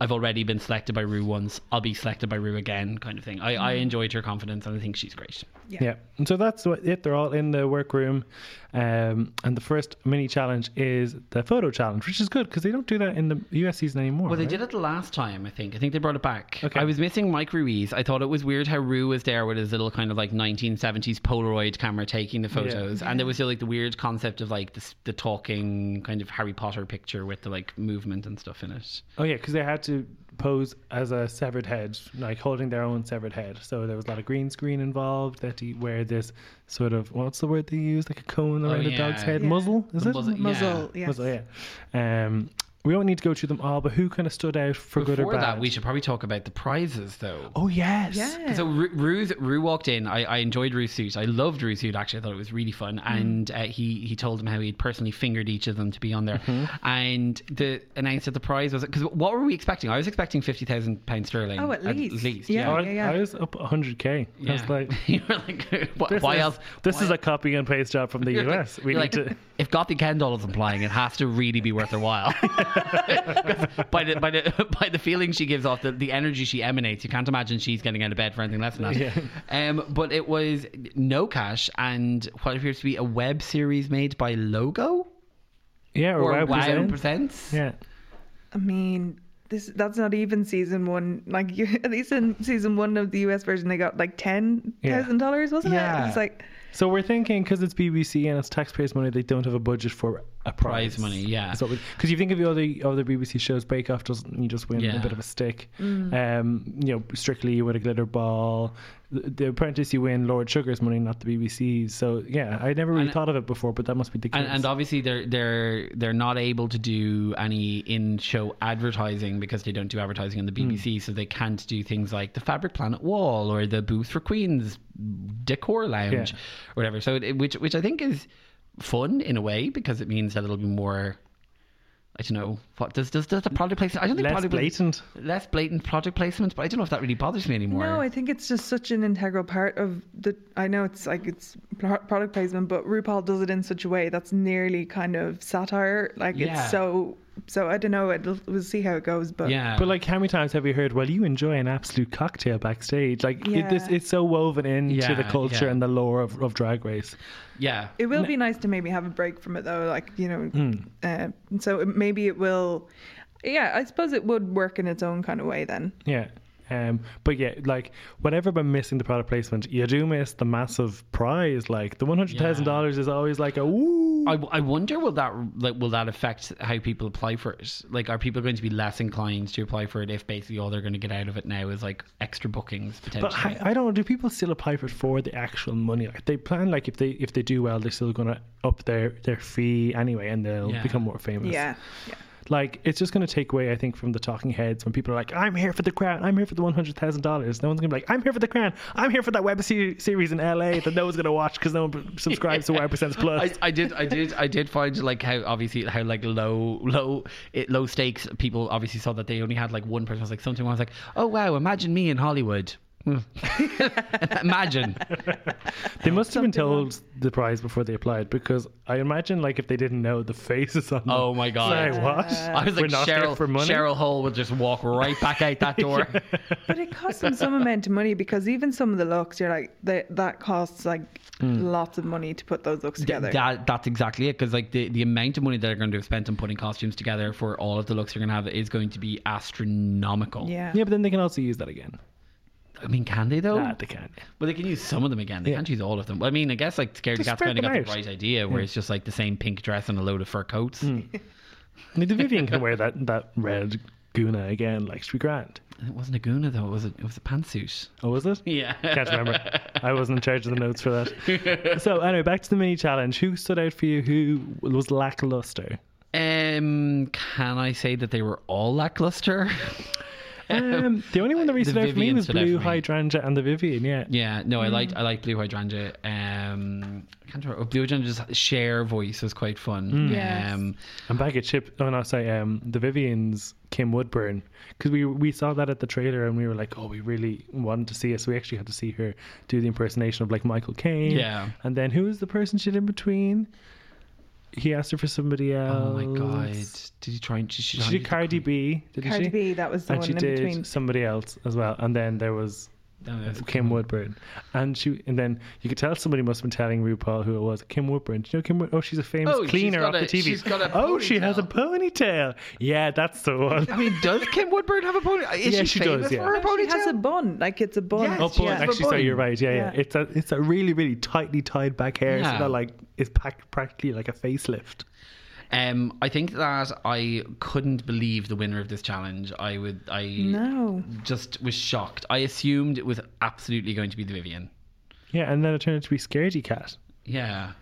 A: i've already been selected by rue once i'll be selected by rue again kind of thing i,
C: Mm.
A: I enjoyed her confidence and i think she's great
C: Yeah.
B: Yeah. And so that's what it. They're all in the workroom. Um, and the first mini challenge is the photo challenge, which is good because they don't do that in the US season anymore.
A: well they
B: right?
A: did it the last time i think i think they brought it back
B: Okay.
A: i was missing mike ruiz i thought it was weird how rue was there with his little kind of like 1970s polaroid camera taking the photos and there was still like the weird concept of like the, the talking kind of harry potter picture with the like movement and stuff in it
B: Oh, yeah, because they had to pose as a severed head, like holding their own severed head. So there was a lot of green screen involved. They had to wear this sort of, what's the word they use? Like a cone around
A: Oh,
B: a
A: yeah.
B: dog's head.
C: Yeah.
B: Muzzle? Is
A: The
B: it?
A: muzzle-
C: Muzzle,
A: Yeah.
C: yes.
B: Muzzle, yeah. Um, we don't need to go through them all, but who kind of stood out for good or
A: Before
B: bad?
A: that, we should probably talk about the prizes, though.
B: Oh, yes.
C: Yeah.
A: So Ru, Ru's, Ru walked in. I, I enjoyed Ru's suit. I loved Ru's suit. Actually, I thought it was really fun.
C: Mm-hmm.
A: And uh, he he told them how he'd personally fingered each of them to be on there.
C: Mm-hmm.
A: And the announced that the prize was because what were we expecting? I was expecting fifty thousand pounds sterling.
C: Oh, at least.
A: yeah.
B: Oh, I,
C: Yeah, yeah.
B: I was up 100K. I was
A: Yeah.
B: like,
A: you were like, why,
B: This
A: why
B: is,
A: else?
B: This
A: why
B: is a copy and paste job from the
A: You're like-
B: US. we
A: you're
B: need
A: like,
B: to.
A: If Gothy Kendall is implying it has to really be worth her while. 'Cause by the by the by the feeling she gives off, the, the energy she emanates, you can't imagine she's getting out of bed for anything less than that.
B: Yeah.
A: Um, but it was no cash and what appears to be a web series made by Logo
B: Yeah, or,
A: or
B: wow,
A: Wow
B: present.
A: Presents.
B: Yeah.
C: I mean, this that's not even season one. Like you, at least in season one of the US version, they got like ten thousand dollars, wasn't
A: Yeah.
C: it? It's like
B: So we're thinking because it's BBC and it's taxpayers' money, they don't have a budget for a prize,
A: Prize money, yeah.
B: because you think of the other other BBC shows, Bake Off doesn't you just win
A: Yeah.
B: a bit of a stick? Um, you know, Strictly you win a glitter ball. The the Apprentice you win Lord Sugar's money, not the BBC's. So yeah, I never really
A: And-
B: thought of it before, but that must be the case.
A: And, and obviously they're they're they're not able to do any in show advertising because they don't do advertising on the
B: Hmm.
A: BBC, so they can't do things like the Fabric Planet wall or the Booth for Queens decor lounge
B: Yeah.
A: or whatever. So it, which which I think is fun in a way because it means that it'll be more. I don't know what does does, does the product placement. I don't think
B: Less
A: product
B: blatant.
A: less blatant product placement, but I don't know if that really bothers me anymore.
C: No, I think it's just such an integral part of the. I know it's like it's pro- product placement, but RuPaul does it in such a way that's nearly kind of satire. Like
A: Yeah.
C: it's so. So I don't know. It'll, we'll see how it goes, but
A: yeah,
B: But like, how many times have you heard? Well, you enjoy an absolute cocktail backstage. Like, it, this
C: Yeah.
B: it's so woven into
A: Yeah,
B: the culture
A: yeah.
B: and the lore of, of Drag Race.
A: yeah.
C: It will be nice to maybe have a break from it though, like you know. Uh, so it- maybe it will. Yeah, I suppose it would work in its own kind of way then.
B: Yeah. Um, but yeah, like whenever by missing the product placement, you do miss the massive prize. Like the one hundred thousand dollars is always like a woo.
A: I, I wonder will that like will that affect how people apply for it? Like, are people going to be less inclined to apply for it if basically all they're going to get out of it now is like extra bookings potentially?
B: But I, I don't know. Do people still apply for it for the actual money? Like they plan, like if they if they do well, they're still gonna up their their fee anyway, and they'll
A: Yeah.
B: become more famous.
C: Yeah. yeah.
B: Like it's just gonna take away, I think, from the talking heads when people are like, "I'm here for the crown. I'm here for the one hundred thousand dollars." No one's gonna be like, "I'm here for the crown. I'm here for that web se- series in LA that no one's gonna watch because no one subscribes to Y Percent Plus."
A: I, I did I did I did find like how obviously how like low low it, low stakes people obviously saw that they only had like one person I was like something I was like oh wow imagine me in Hollywood Hmm. imagine
B: They must have been
C: Something
B: told the prize before they applied because I imagine like if they didn't know the faces on.
A: Oh
B: them.
A: my God.
B: Sorry, what?
A: I was like
B: We're not there
A: Cheryl
B: for money?
A: Cheryl Hall would just walk right back out that door
C: But it costs them some amount of money because even some of the looks, you're like, that, that costs like lots of money to put those looks together.
A: that that's exactly it because like the, the amount of money that they're going to have spent on putting costumes together for all of the looks they're going to have is going to be astronomical
C: yeah.
B: Yeah, Oh. but then they can also use that again.
A: I mean can they though
B: Nah, they can.
A: Well, they can use some of them again. They
B: Yeah.
A: can't use all of them. I mean, I guess like Scaredy
B: Just
A: Cat's
B: spread
A: kind of got
B: them
A: the
B: out.
A: right idea, where it's just like the same pink dress and a load of fur coats.
B: I mean, the Vivian can wear that that red Guna again. Like, should be grand.
A: It wasn't a Guna though, was it? It was a pantsuit.
B: Oh, was it?
A: Yeah.
B: Can't remember. I wasn't in charge of the notes for that. So anyway, back to the mini challenge. Who stood out for you? Who was lackluster?
A: Um, can I say that they were all lackluster?
B: Um, the only one that really
A: The
B: stood out for me
A: Vivian
B: was
A: stood out
B: Blue
A: for me.
B: Hydrangea and the Vivian. Yeah.
A: yeah. No, I liked I liked Blue Hydrangea. Um, I can't remember. Blue Hydrangea's share voice was quite fun.
C: Yes.
A: Um,
B: And back at Chip, oh no, sorry, um, the Vivian's Kim Woodburn, because we we saw that at the trailer and we were like, oh, we really wanted to see it, so we actually had to see her do the impersonation of like Michael Caine.
A: Yeah.
B: And then who was the person she did in between? He asked her for somebody
A: oh
B: else.
A: my god! Did you try and did she,
B: She did Cardi B, didn't
C: Cardi
B: she?
C: B, that was the
B: and
C: one
B: she
C: in
B: did
C: between.
B: somebody else as well. And then there was
A: No, that's-
B: Kim Woodburn, and she, and then you could tell somebody must have been telling RuPaul who it was. Kim Woodburn. Do you know Kim? Wood- Oh, she's a famous
A: Oh, she's
B: cleaner
A: got
B: off
A: a-
B: the TV.
A: she's got a
B: oh, she has a
A: ponytail.
B: ponytail. Yeah, that's the one.
A: I mean, does Kim Woodburn have a pony? Is
B: Yeah,
A: she,
B: she does,
A: famous
B: yeah.
A: for her
C: No, she
A: ponytail?
C: has a bun. Like it's a bun.
A: Yes,
B: Oh,
A: she
B: bun.
A: has a
B: Actually, sorry,
A: bun.
B: you're right. Yeah, yeah,
C: Yeah.
B: It's a it's a really really tightly tied back hair,
A: Yeah.
B: so that like is packed practically like a facelift.
A: Um, I think that I couldn't believe the winner of this challenge. I would, I
C: No.
A: just was shocked. I assumed it was absolutely going to be the Vivian.
B: Yeah, and then it turned out to be Scaredy Cat,
A: Yeah,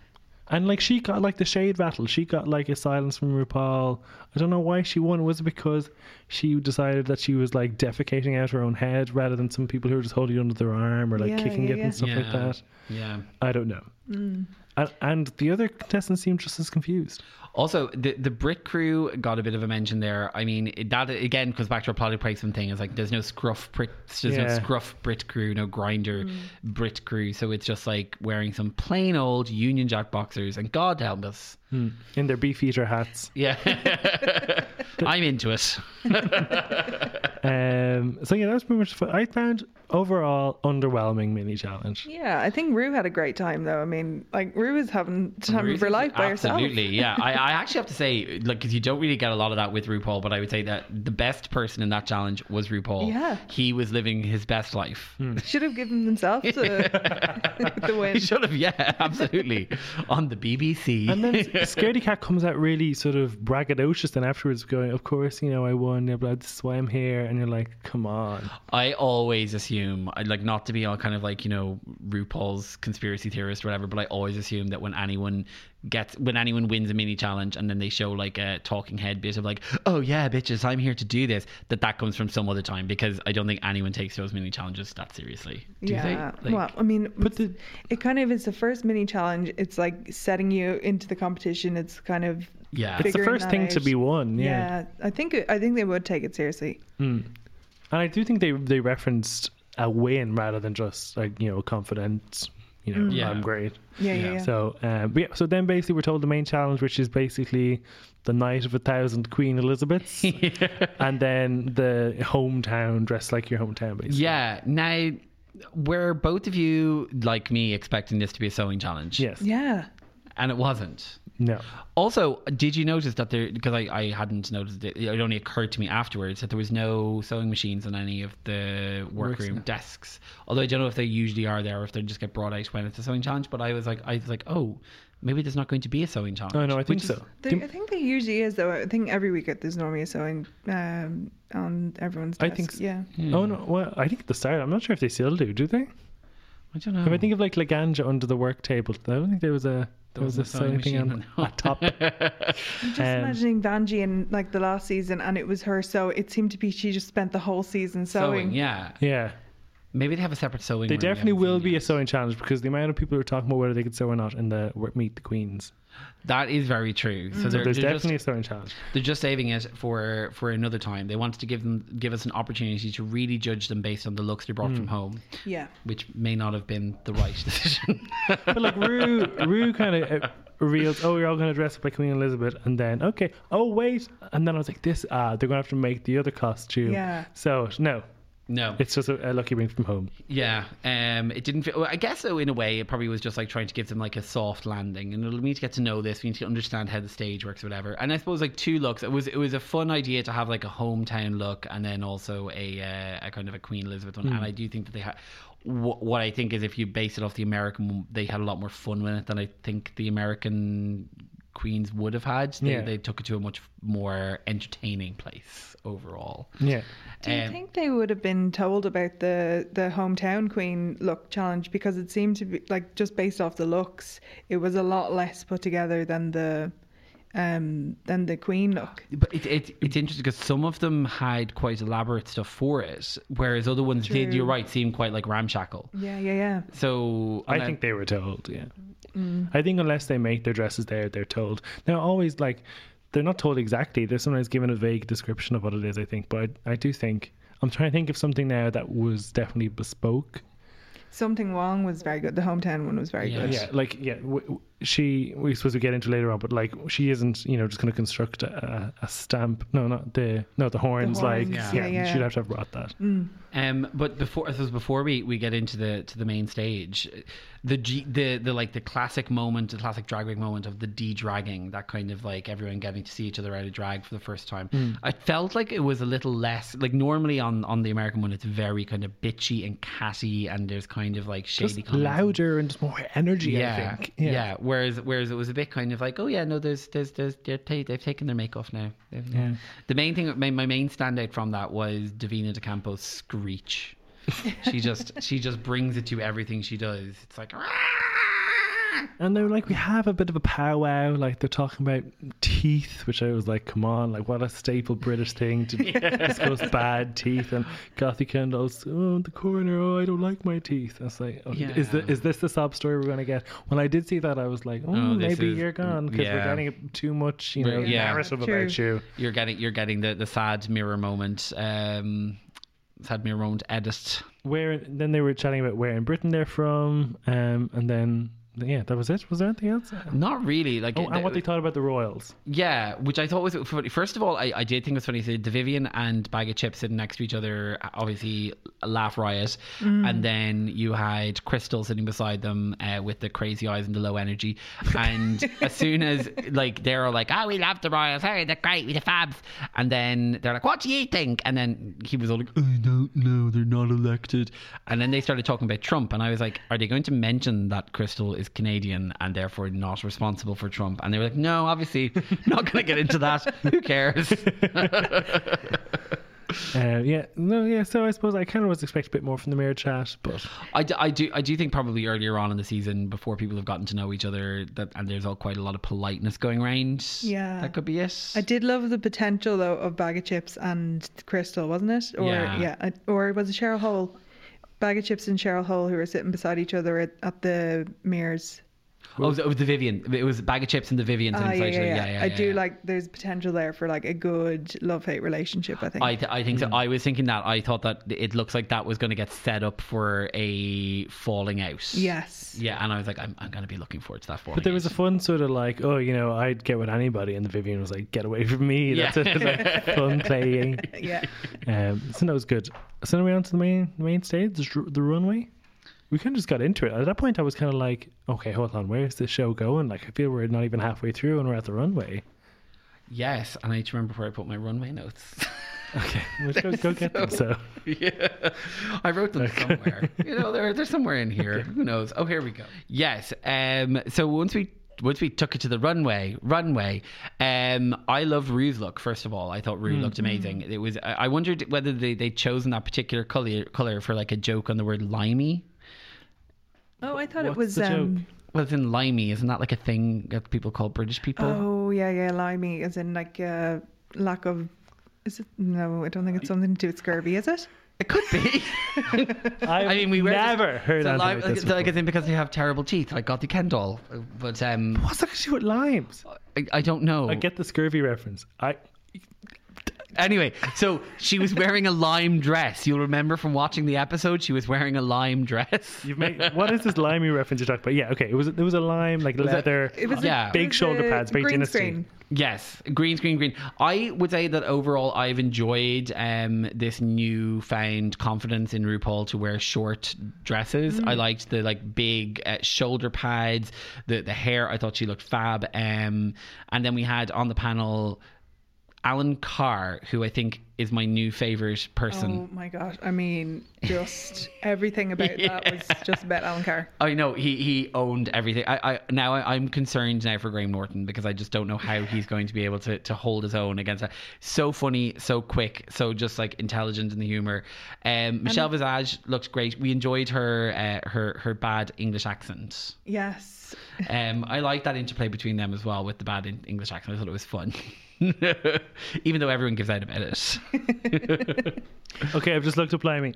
B: and like she got like the shade battle. She got like a silence from RuPaul. I don't know why she won. Was it because she decided that she was like defecating out her own head rather than some people who were just holding it under their arm or like
C: Yeah,
B: kicking
C: yeah,
B: it
C: yeah. Mm.
B: and stuff
A: yeah,
B: like that?
A: yeah.
B: I don't know. And, and the other contestants seemed just as confused.
A: Also, the the Brit crew got a bit of a mention there. I mean, it- that again goes back to our product placement thing. Is like there's no scruff Brit, there's no
B: Yeah.
A: scruff Brit crew, no grinder
C: Mm.
A: Brit crew. So it's just like wearing some plain old Union Jack boxers, and God help us.
B: In their beefeater hats.
A: Yeah, I'm into it.
B: Um, so yeah, that was pretty much. Fun. I found overall underwhelming mini challenge.
C: Yeah, I think Rue had a great time though. I mean, like Rue was having the time of her life by herself.
A: Absolutely, yeah. I, I actually have to say, like, because you don't really get a lot of that with RuPaul, but I would say that the best person in that challenge was RuPaul.
C: Yeah.
A: He was living his best life.
C: Should have given himself the, the
A: He
C: win.
A: should have, yeah, absolutely. On the BBC.
B: And then Scaredy Cat comes out really sort of braggadocious, then afterwards going, "Of course, you know I won. Blah, blah, this is why I'm here." And you're like, "Come on."
A: I always assume, I like not to be all kind of like, you know, RuPaul's conspiracy theorist or whatever, but I always assume that when anyone gets, when anyone wins a mini challenge and then they show like a talking head bit of like, oh yeah, bitches, I'm here to do this, that that comes from some other time because I don't think anyone takes those mini challenges that seriously. Do
C: yeah.
A: they? Like,
C: well, I mean,
B: But the
C: it kind of is the first mini challenge. It's like setting you into the competition. It's kind of
A: yeah.
B: it's the
C: figuring
B: first
C: that
B: thing to
C: out.
B: be won, yeah.
C: yeah. I think I think they would take it seriously.
B: And I do think they they referenced a win rather than just like you know confidence. You know,
A: Yeah.
B: I'm great.
C: Mm. Yeah,
A: Yeah.
C: yeah. yeah.
B: So, um, but yeah, so then basically we're told the main challenge, which is basically the night of a thousand Queen Elizabeths, and then the hometown dress like your hometown, basically.
A: Yeah. Now, were both of you, like me, expecting this to be a sewing challenge?
B: Yes.
C: yeah.
A: And it wasn't.
B: No.
A: Also, did you notice that there? Because I, I hadn't noticed it. It only occurred to me afterwards that there was no sewing machines on any of the workroom desks. Although I don't know if they usually are there, or if they just get brought out when it's a sewing challenge. But I was like, I was like, oh, Maybe there's not going to be a sewing challenge.
B: Oh, no, I think
A: which is-
B: so.
C: There,
A: Do-
C: I think there usually is though. I think every week it- there's normally a sewing um, on everyone's.
B: I
C: Desk.
B: think s-
C: Yeah.
B: Oh no! Well, I think at the start. I'm not sure if they still do. Do they?
A: I don't know.
B: If I think of like Laganja under the work table, I don't think there was a there was a sewing thing on a top.
C: I'm just
B: um,
C: imagining Vanjie in like the last season, and it was her. So it seemed to be she just spent the whole season sewing.
A: sewing, yeah.
B: Yeah,
A: Maybe they have a separate sewing.
B: they
A: room, we
B: definitely
A: haven't
B: will
A: seen
B: be
A: yet.
B: a sewing challenge because the amount of people who are talking about whether they could sew or not in the work- meet the queens.
A: That is very true. So
B: So
A: they're,
B: Mm. there's
A: they're
B: definitely
A: just,
B: a sewing challenge.
A: they're just saving it for for another time. They wanted to give them give us an opportunity to really judge them based on the looks they brought from home,
C: Yeah.
A: which may not have been the right decision.
B: But like Rue, Rue kind of uh, reveals, oh, you're all going to dress up like Queen Elizabeth, and then okay, oh wait, and then I was like, this ah, they're going to have to make the other costume.
C: Yeah.
B: So no,
A: no,
B: it's just a, a lucky ring from home.
A: Yeah, um, it didn't. Feel, well, I guess so. In a way, it probably was just like trying to give them like a soft landing, and we need to get to know this. We need to understand how the stage works, or whatever. And I suppose like two looks. It was it was a fun idea to have like a hometown look, and then also a uh, a kind of a Queen Elizabeth one. And
C: Mm.
A: I do think that they had. Wh- what I think is, if you base it off the American, one, they had a lot more fun with it than I think the American queens would have had. They,
B: Yeah.
A: they took it to a much more entertaining place overall.
B: Yeah.
C: Do you
A: Um,
C: think they would have been told about the the hometown queen look challenge because it seemed to be like just based off the looks, it was a lot less put together than the um than the queen look.
A: But it, it, it's interesting because some of them had quite elaborate stuff for it, whereas other ones did, you're
C: True.
A: right, seem quite like ramshackle.
C: Yeah, yeah, yeah.
A: So
B: I
A: and
B: think they were told, yeah. I think unless they make their dresses there, they're told. Now, always like, they're not told exactly. They're sometimes given a vague description of what it is, I think. But I, I do think, I'm trying to think of something now that was definitely bespoke.
C: Something Wong was very good. The hometown one was very
A: Yeah.
C: good.
A: Yes.
B: Yeah, like, yeah, w- w- she, we're supposed to get into later on, but like, she isn't, you know, just going to construct a, a stamp. No, not the, no, the horns.
C: horns,
B: like,
A: yeah.
B: yeah,
C: yeah, yeah.
B: she'd have to have brought that.
A: Um, but before, I suppose before we, we get into the to the main stage, the G, the the like the classic moment, the classic drag race moment of the de dragging, that kind of like everyone getting to see each other out of drag for the first time.
B: Hmm.
A: I felt like it was a little less like normally on on the American one, it's very kind of bitchy and catty, and there's kind of like shady
B: Just
A: comments and-
B: louder and just more energy, I think.
A: yeah. Whereas, whereas it was a bit kind of like, oh yeah, no, there's, there's, there's, they're ta- they've taken their make off now. They've-
B: Yeah.
A: The main thing, my, my main standout from that was Davina De Campo's screech. she just, she just brings it to everything she does. It's like, "Rah!"
B: And they were like, we have a bit of a powwow. Like they're talking about teeth, which I was like, come on, like what a staple British thing to discuss bad teeth. And Kathy Kendall's, oh, the coroner, oh, I don't like my teeth. I was like, oh, is,
A: Yeah.
B: the, is this the sob story we're going to get? When I did see that, I was like, oh,
A: Oh, this
B: maybe
A: is-
B: you're gone because
A: yeah.
B: we're getting too much, you know,
A: Yeah.
B: narrative
C: True.
B: about you.
A: you're getting, you're getting the, the sad mirror moment. Um, sad mirror moment. Edit.
B: Where then they were chatting about where in Britain they're from, um, and then yeah, that was it. Was there anything else?
A: Not really. Like,
B: Oh, and what they thought about the royals.
A: Yeah, which I thought was funny. First of all, I, I did think it was funny. So the Vivian and Bag of Chips sitting next to each other, obviously a laugh riot, and then you had Crystal sitting beside them uh, with the crazy eyes and the low energy. And as soon as like they're all like, "Oh, we love the royals. Hey, they're great. We the fabs." And then they're like, "What do you think?" And then he was all like, "I don't know. They're not elected." And then they started talking about Trump, and I was like, "Are they going to mention that Crystal is Canadian and therefore not responsible for Trump?" And they were like, "No, obviously, not going to get into that. Who cares?"
B: Uh, yeah, no, yeah. So I suppose I kind of was expecting a bit more from the mirror chat, but
A: I, d- I do I do think probably earlier on in the season, before people have gotten to know each other, that and there's all quite a lot of politeness going around.
C: Yeah.
A: that could be it.
C: I did love the potential though of bag of chips and Crystal, wasn't it? Or
A: Yeah.
C: I- or was it Cheryl Hole? Bag of chips and Cheryl Hole who were sitting beside each other at, at the mirrors.
A: oh, it was, it was the Vivian. It was bag of chips and the Vivian.
C: Ah,
A: sitting
C: yeah,
A: beside each
C: yeah,
A: other.
C: yeah. I do
A: yeah.
C: like there's potential there for like a good love hate relationship. I think.
A: I, th- I think so. I was thinking that. I thought that it looks like that was going to get set up for a falling out.
C: yes.
A: Yeah, and I was like, I'm, I'm going to be looking forward to that falling
B: but there was a
A: out.
B: fun sort of like, oh, you know, I'd get with anybody, and the Vivian was like, get away from me.
A: Yeah.
B: That's it. Like, fun playing.
C: Yeah.
B: Um, so that was good. So then we on to the main the main stage, the dr- the runway. We kind of just got into it. At that point, I was kind of like, okay, hold on, where is this show going? Like, I feel we're not even halfway through, and we're at the runway.
A: Yes, and I need to remember where I put my runway notes.
B: Okay, let's go, go get them. So
A: yeah. I wrote them somewhere. You know, they're, they're somewhere in here. Who knows? Oh, here we go. Yes. Um. So once we Woodsby took it to the runway. Runway. Um, I love Rue's look. First of all, I thought Rue
B: Mm-hmm.
A: looked amazing. It was. I I wondered whether they they chosen that particular color color for like a joke on the word limey.
C: Oh, I thought
B: What's
C: it was.
B: the joke?
C: um
A: Well, it's in limey, isn't that like a thing that people call British people?
C: Oh yeah, yeah, limey, as in like uh, lack of. Is it no? I don't think it's something to do with scurvy, is it?
A: It could be.
B: I've
A: I mean, we were
B: never heard
A: so
B: anything
A: lime,
B: like this.
A: so, like,
B: before.
A: it's in because you have terrible teeth, like Gothy Kendall. But um,
B: What's that issue with limes?
A: I, I don't know.
B: I get the scurvy reference. I
A: Anyway, so she was wearing a lime dress. You'll remember from watching the episode, she was wearing a lime dress.
B: you've made what is this limey reference you're talking about? Yeah, okay. It was it was a lime like
A: a-
B: leather.
C: It was. a-
A: Yeah.
C: it
B: Big
C: was
B: shoulder
C: a
B: pads, big
C: green
B: dynasty.
C: screen.
A: Yes, green, green, green. I would say that overall, I've enjoyed um, this newfound confidence in RuPaul to wear short dresses. I liked the like big uh, shoulder pads, the the hair. I thought she looked fab. Um, and then we had on the panel Alan Carr, who I think is my new favorite person.
C: Oh my gosh! I mean, just everything about that was just about Alan Carr.
A: I know he he owned everything. I, I now I, I'm concerned now for Graham Norton because I just don't know how he's going to be able to to hold his own against that. So funny, so quick, so just like intelligent in the humor. Um, Michelle Visage looked great. We enjoyed her uh, her her bad English accent.
C: Yes,
A: Um, I like that interplay between them as well with the bad in- English accent. I thought it was fun, even though everyone gives out about it.
B: Okay, I've just looked up limey.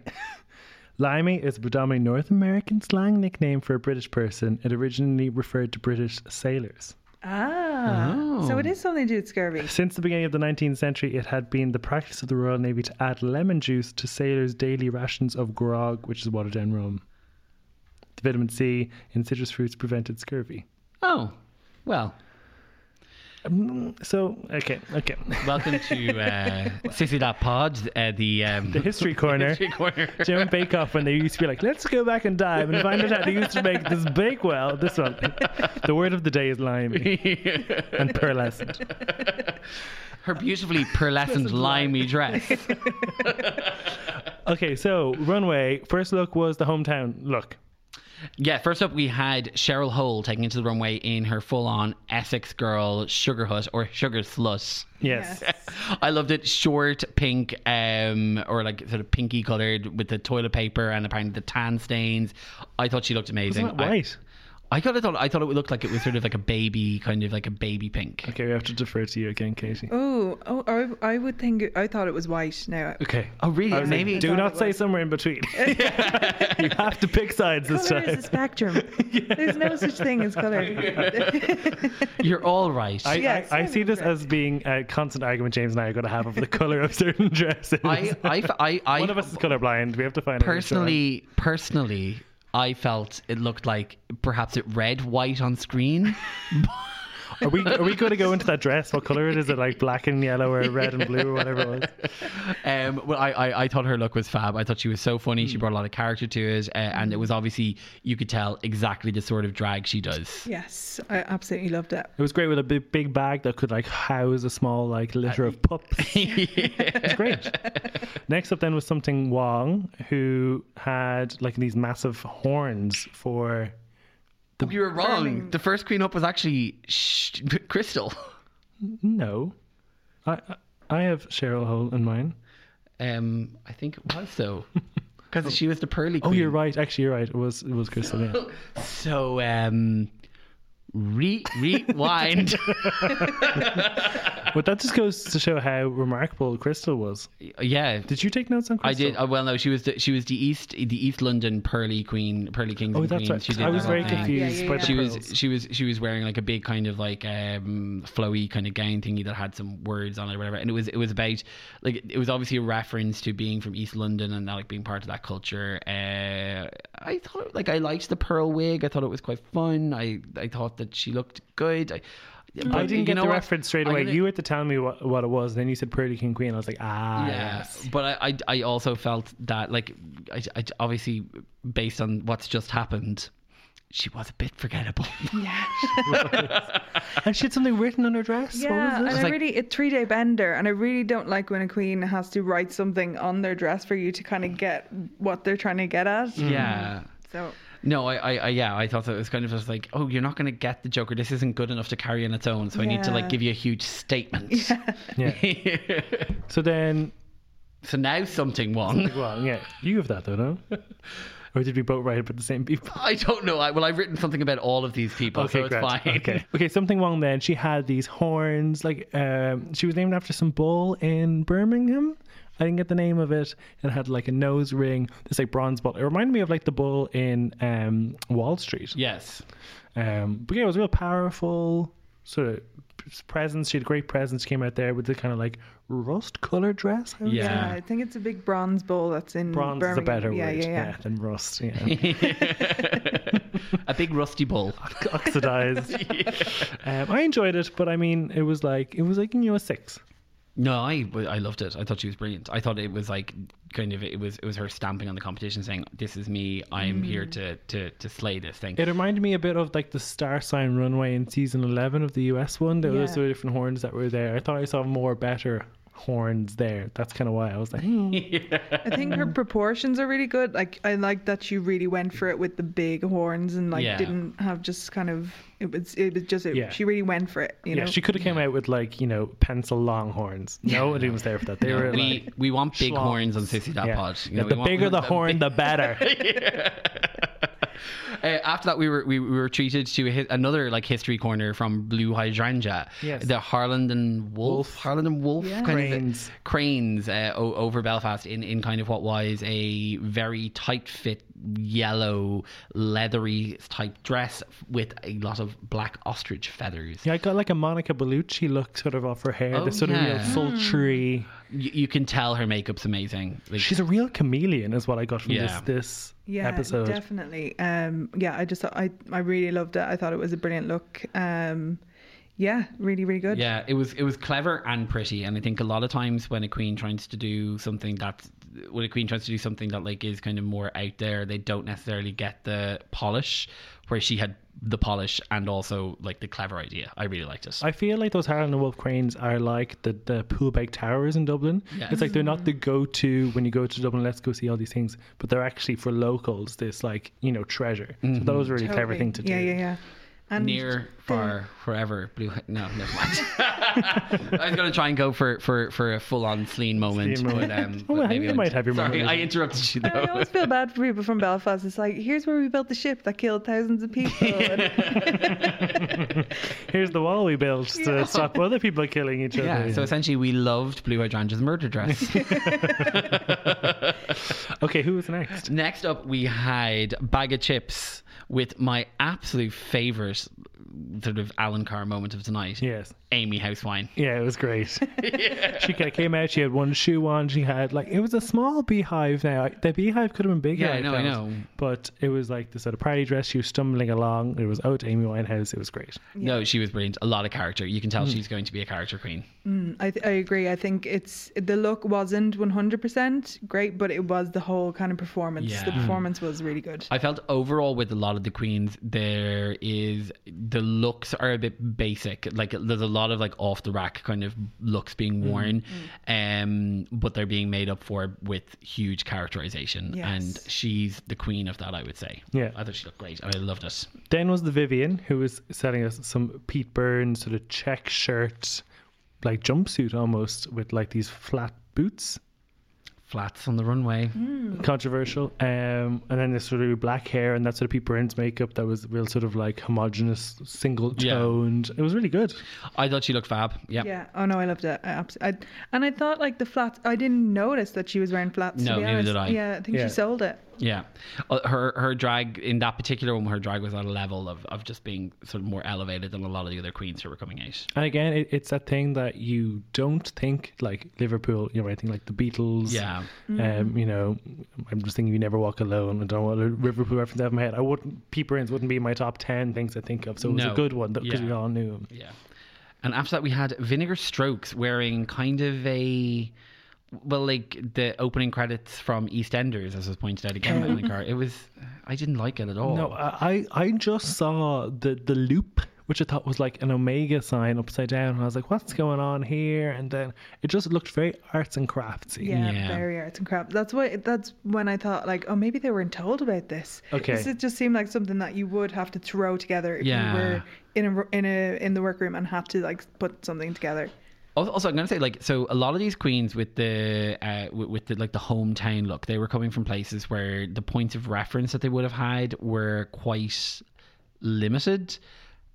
B: Limey is a predominantly North American slang nickname for a British person. It originally referred to British sailors.
C: Ah, so it is something to do with scurvy.
B: Since the beginning of the 19th century, it had been the practice of the Royal Navy to add lemon juice to sailors' daily rations of grog, which is watered down rum. The vitamin C in citrus fruits prevented scurvy.
A: Oh, well.
B: So, okay, okay.
A: Welcome to uh, Sissy Dot Pod, uh, the um,
B: The history corner.
A: History corner.
B: During Bake Off, when they used to be like, let's go back in time and find out how they used to make this bake well. This one. The word of the day is limey and pearlescent.
A: Her beautifully pearlescent limey dress.
B: Okay, so runway first look was the hometown look.
A: Yeah, first up we had Cheryl Hole taking it to the runway in her full on Essex girl sugar hut or sugar slut.
B: Yes.
A: I loved it. Short pink, um, or like sort of pinky colored with the toilet paper and apparently the tan stains. I thought she looked amazing.
B: Isn't that white?
A: I, I kind of thought I thought it looked like it was sort of like a baby, kind of like a baby pink.
B: Okay, we have to defer to you again, Katie.
C: Oh, oh, I, I would think I thought it was white. Now,
B: Okay.
A: Oh really?
B: I was like,
A: Maybe
B: do
C: thought
B: not
C: it
B: say
C: was.
B: somewhere in between. you have to pick sides this
C: color is
B: time.
C: a spectrum. There's no such thing as color.
A: you're all right.
B: I,
C: Yes,
B: I, I
C: I'm
B: see this
C: correct.
B: as being a constant argument James and I are going to have over the color of certain dresses.
A: I, I, I, I
B: One of us is colorblind. We have to find out which one.
A: personally, personally, I felt it looked like perhaps it read white on screen.
B: Are we are we going to go into that dress? What color it is? Is It like black and yellow or red and blue or whatever it was.
A: um, well, I, I, I thought her look was fab. I thought she was so funny.
B: Hmm.
A: She brought a lot of character to it, uh, and it was obviously you could tell exactly the sort of drag she does.
C: yes, I absolutely loved it.
B: It was great with a big big bag that could like house a small like litter of pups. It's great. Next up then was something Wong who had like these massive horns for
A: you were wrong.
B: Um,
A: The first queen up was actually sh- Crystal.
B: no. I I- I have Cheryl Hole in mine.
A: Um, I think it was though, because she was the pearly.
B: Oh,
A: Queen.
B: you're right. Actually, you're right. It was it was Crystal. Yeah.
A: So um, re rewind.
B: but that just goes to show how remarkable Crystal was.
A: yeah,
B: Did you take notes on
A: I
B: Crystal?
A: did. Oh, well, no, she was the, she was the East the East London Pearly Queen, Pearly Kings.
B: Oh,
A: and
B: that's
A: Queens. She
B: right.
A: did
B: I was
A: that
B: very
A: whole thing.
B: confused
C: Yeah, yeah,
B: by
C: yeah.
B: the
A: She
B: pearls.
A: was she was she was wearing like a big kind of like um flowy kind of gown thingy that had some words on it or whatever, and it was it was about like it was obviously a reference to being from East London and like being part of that culture. Uh, I thought like I liked the pearl wig. I thought it was quite fun. I I thought that she looked good. I, but
B: I didn't
A: you
B: get
A: know
B: the
A: what?
B: reference straight
A: I'm
B: away.
A: gonna-
B: You had to tell me what, what it was. Then you said Pearly King Queen. I was like, ah, yes.
A: But I, I, I also felt that, like, I, I, obviously, based on what's just happened, she was a bit forgettable.
B: And she had something written on her dress.
C: Yeah,
B: What
C: and
B: was
C: I
A: like-
C: really it's three day bender, and I really don't like when a queen has to
A: Mm.
C: write something on their dress for you to kind of get what they're trying to get at.
A: yeah.
C: So
A: No, I, I, I, yeah, I thought that it was kind of just like, oh, you're not going to get the Joker. This isn't good enough to carry on its own. So I need to
C: Yeah.
A: like give you a huge statement.
B: Yeah. So then,
A: so now something won.
B: well, yeah, you have that though, no? Or did we both write about the same people?
A: I don't know. I, well, I've written something about all of these people, Oh, so it's
B: great.
A: fine.
B: Okay, okay. Something wrong then. She had these horns. Like um, she was named after some bull in Birmingham. I didn't get the name of it. It had like a nose ring. This like bronze bull. It reminded me of like the bull in um, Wall Street.
A: Yes.
B: Um, but yeah, it was real powerful sort of presence. She had a great presence. She came out there with the kind of like rust colored dress. I would
A: Yeah.
B: say.
C: Yeah, I think it's a big bronze bowl that's in
B: Bronze
C: Birmingham.
B: is a better
C: yeah,
B: word
C: Yeah, yeah,
B: than rust. Yeah.
A: a big rusty bull.
B: Oxidized. um, I enjoyed it, but I mean, it was like it was like you know a six.
A: No, I, I loved it. I thought she was brilliant. I thought it was like kind of it was it was her stamping on the competition, saying, "This is me. I'm here to to to slay this thing."
B: It reminded me a bit of like the star sign runway in season eleven of the US one. There were
C: Yeah.
B: those sort of different horns that were there. I thought I saw more better horns there. That's kind of why I was like, hmm.
C: I think her proportions are really good. Like I like that she really went for it with the big horns and like
A: Yeah.
C: didn't have just kind of it was it was just it,
B: Yeah.
C: she really went for it. You
B: yeah,
C: know,
B: she could have came out with like you know pencil long horns. Nobody was there for that. They were
A: we
B: like,
A: we want big
B: schlongs.
A: horns on Sissy Dot
B: Yeah.
A: Pod. You
B: Yeah,
A: know, we
B: the
A: want-
B: bigger the horn, the better.
A: Uh, after that, we were we, we were treated to a, hi- another like history corner from Blue Hydrangea.
B: Yes.
A: The Harland and Wolf,
B: Wolf.
A: Harland and Wolf
C: Yeah.
A: kind
B: Cranes.
A: of cranes uh, o- over Belfast in in kind of what was a very tight fit yellow leathery type dress with a lot of black ostrich feathers.
B: Yeah, I got like a Monica Bellucci look sort of off her hair.
A: Oh,
B: this sort
A: yeah. Mm.
B: of real sultry.
A: Y- you can tell her makeup's amazing. Like,
B: She's a real chameleon, is what I got from
A: Yeah.
B: this this
C: yeah,
B: episode.
C: definitely. Um, yeah, I just thought I I really loved it. I thought it was a brilliant look. Um, yeah, really, really good.
A: Yeah, it was it was clever and pretty, and I think a lot of times when a queen tries to do something that when a queen tries to do something that like is kind of more out there, they don't necessarily get the polish where she had the polish and also like the clever idea. I really liked it.
B: I feel like those Harland and Wolf cranes are like the the Poolbeg Towers in Dublin. It's like they're not the go to when you go to Dublin. Let's go see all these things, but they're actually for locals. This like you know treasure.
A: Mm-hmm.
B: So that was a really clever
C: Totally.
B: thing to do.
C: Yeah, yeah, yeah. And
A: Near, far, forever, blue. Hi- No, never mind. I was gonna try and go for for for a full on Sleen moment.
B: Sleen moment.
A: But, um,
B: Oh,
A: but
B: well,
A: maybe
B: you
A: I-
B: might have your
A: Sorry,
B: moment.
A: I interrupted you
C: I
A: though.
C: always feel bad for people from Belfast. It's like here's where we built the ship that killed thousands of people. And-
B: Here's the wall we built to stop other people killing each other.
A: Yeah, so essentially we loved Blue Hydrangea's murder dress.
B: okay, who was next?
A: Next up, we had Bag of Chips with my absolute favourite sort of Alan Carr moment of tonight.
B: Yes.
A: Amy Housewine.
B: Yeah, it was great. She kind of came out. She had one shoe on. She had like it was a small beehive. Now the beehive could have been bigger.
A: Yeah, I know, I
B: felt,
A: know.
B: But it was like this sort of party dress. She was stumbling along. It was out to Amy Winehouse. It was great.
A: No, she was brilliant. A lot of character. You can tell she's going to be a character queen.
C: I, th- I agree. I think it's the look wasn't 100% great, but it was the whole kind of performance. The
A: Yeah.
C: performance was really good.
A: I felt overall with a lot of the queens, there is the looks are a bit basic. Like there's a lot of like off the rack kind of looks being worn, um, but they're being made up for with huge characterization.
C: Yes.
A: And she's the queen of that, I would say.
B: Yeah.
A: I thought she looked great. I loved it.
B: Then was the Vivian who was selling us some Pete Burns sort of check shirt, like jumpsuit almost with like these flat boots.
A: Flats on the runway.
B: Controversial. Um, and then this sort of black hair and that sort of Pete Burns makeup that was real sort of like homogenous, single
A: Yeah.
B: toned. It was really good.
A: I thought she looked fab. Yeah.
C: Yeah. Oh no, I loved it. I abs- I, and I thought like the flats. I didn't notice that she was wearing flats.
A: No,
C: to be
A: neither
C: honest.
A: did I.
C: Yeah, I think
B: Yeah.
C: she sold it.
A: Yeah. Uh, Her her drag in that particular one, her drag was at a level of, of just being sort of more elevated than a lot of the other queens who were coming out.
B: And again, it, it's that thing that you don't think like Liverpool, you know, I think like the Beatles.
A: Yeah.
C: Mm-hmm.
B: Um, you know, I'm just thinking you never walk alone. I don't want a Liverpool reference out of my head. I wouldn't, Pete Burns wouldn't be in my top 10 things I think of. So it was
A: No.
B: a good one because
A: Yeah.
B: we all knew him.
A: Yeah. And after that, we had Vinegar Strokes wearing kind of a. Well, like the opening credits from EastEnders, as was pointed out again by Alan Carr, it was. I didn't like it at all.
B: No, I, I I just saw the, the loop, which I thought was like an omega sign upside down. And I was like, what's going on here? And then it just looked very arts and craftsy.
C: Yeah,
A: Yeah.
C: very arts and crafts. That's why. That's when I thought, like, oh, maybe they weren't told about this.
B: Okay.
C: This- it just seemed like something that you would have to throw together if
A: Yeah.
C: you were in a in a in the workroom and have to like put something together.
A: Also, also, I'm gonna say like so. A lot of these queens with the uh, with, with the like the hometown look, they were coming from places where the points of reference that they would have had were quite limited.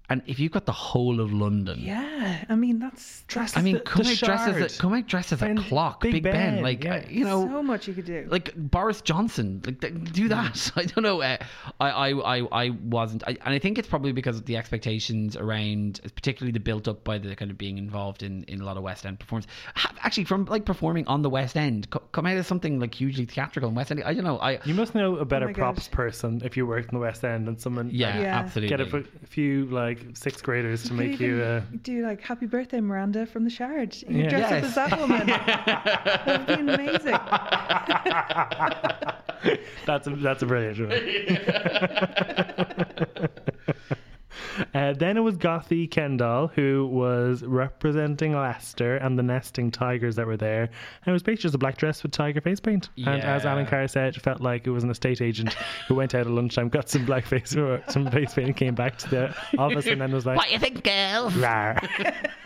A: And if you've got the whole of London,
C: Yeah, I mean that's
B: Dress
A: I mean,
B: the-
A: come
B: the
A: out dressed as
B: Shard.
A: a, come out dressed as a
B: Ben-
A: clock, Big,
B: Big
A: Ben,
B: Ben,
A: like
B: yeah.
A: uh, you know,
C: so much you could do.
A: like Boris Johnson, like th-
B: Hmm.
A: do that. I don't know. Uh, I, I, I, I wasn't, I, and I think it's probably because of the expectations around, particularly the built up by the kind of being involved in in a lot of West End performances. Ha- Actually, from like performing on the West End, co- come out as something like hugely theatrical in West End. I don't know. I
B: You must know a better
C: Oh my gosh.
B: props person if you worked in the West End and someone
A: yeah,
C: Yeah.
A: absolutely.
B: get a, f- few like sixth graders to
C: You could
B: make you.
C: even
B: Uh,
C: do like Happy Birthday Miranda from the Shard. You could
B: Yeah.
C: dress
A: Yes.
C: up as that woman. that would be amazing.
B: uh, that's a, that's a brilliant one. Uh, then it was Gothy Kendall who was representing Leicester and the nesting tigers that were there. And it was basically just a black dress with tiger face paint. And as
A: Yeah.
B: Alan Carr said, it felt like it was an estate agent who went out at lunchtime, got some black face or some face paint, and came back to the office and then was like,
A: What you think, girls?
B: "Rar."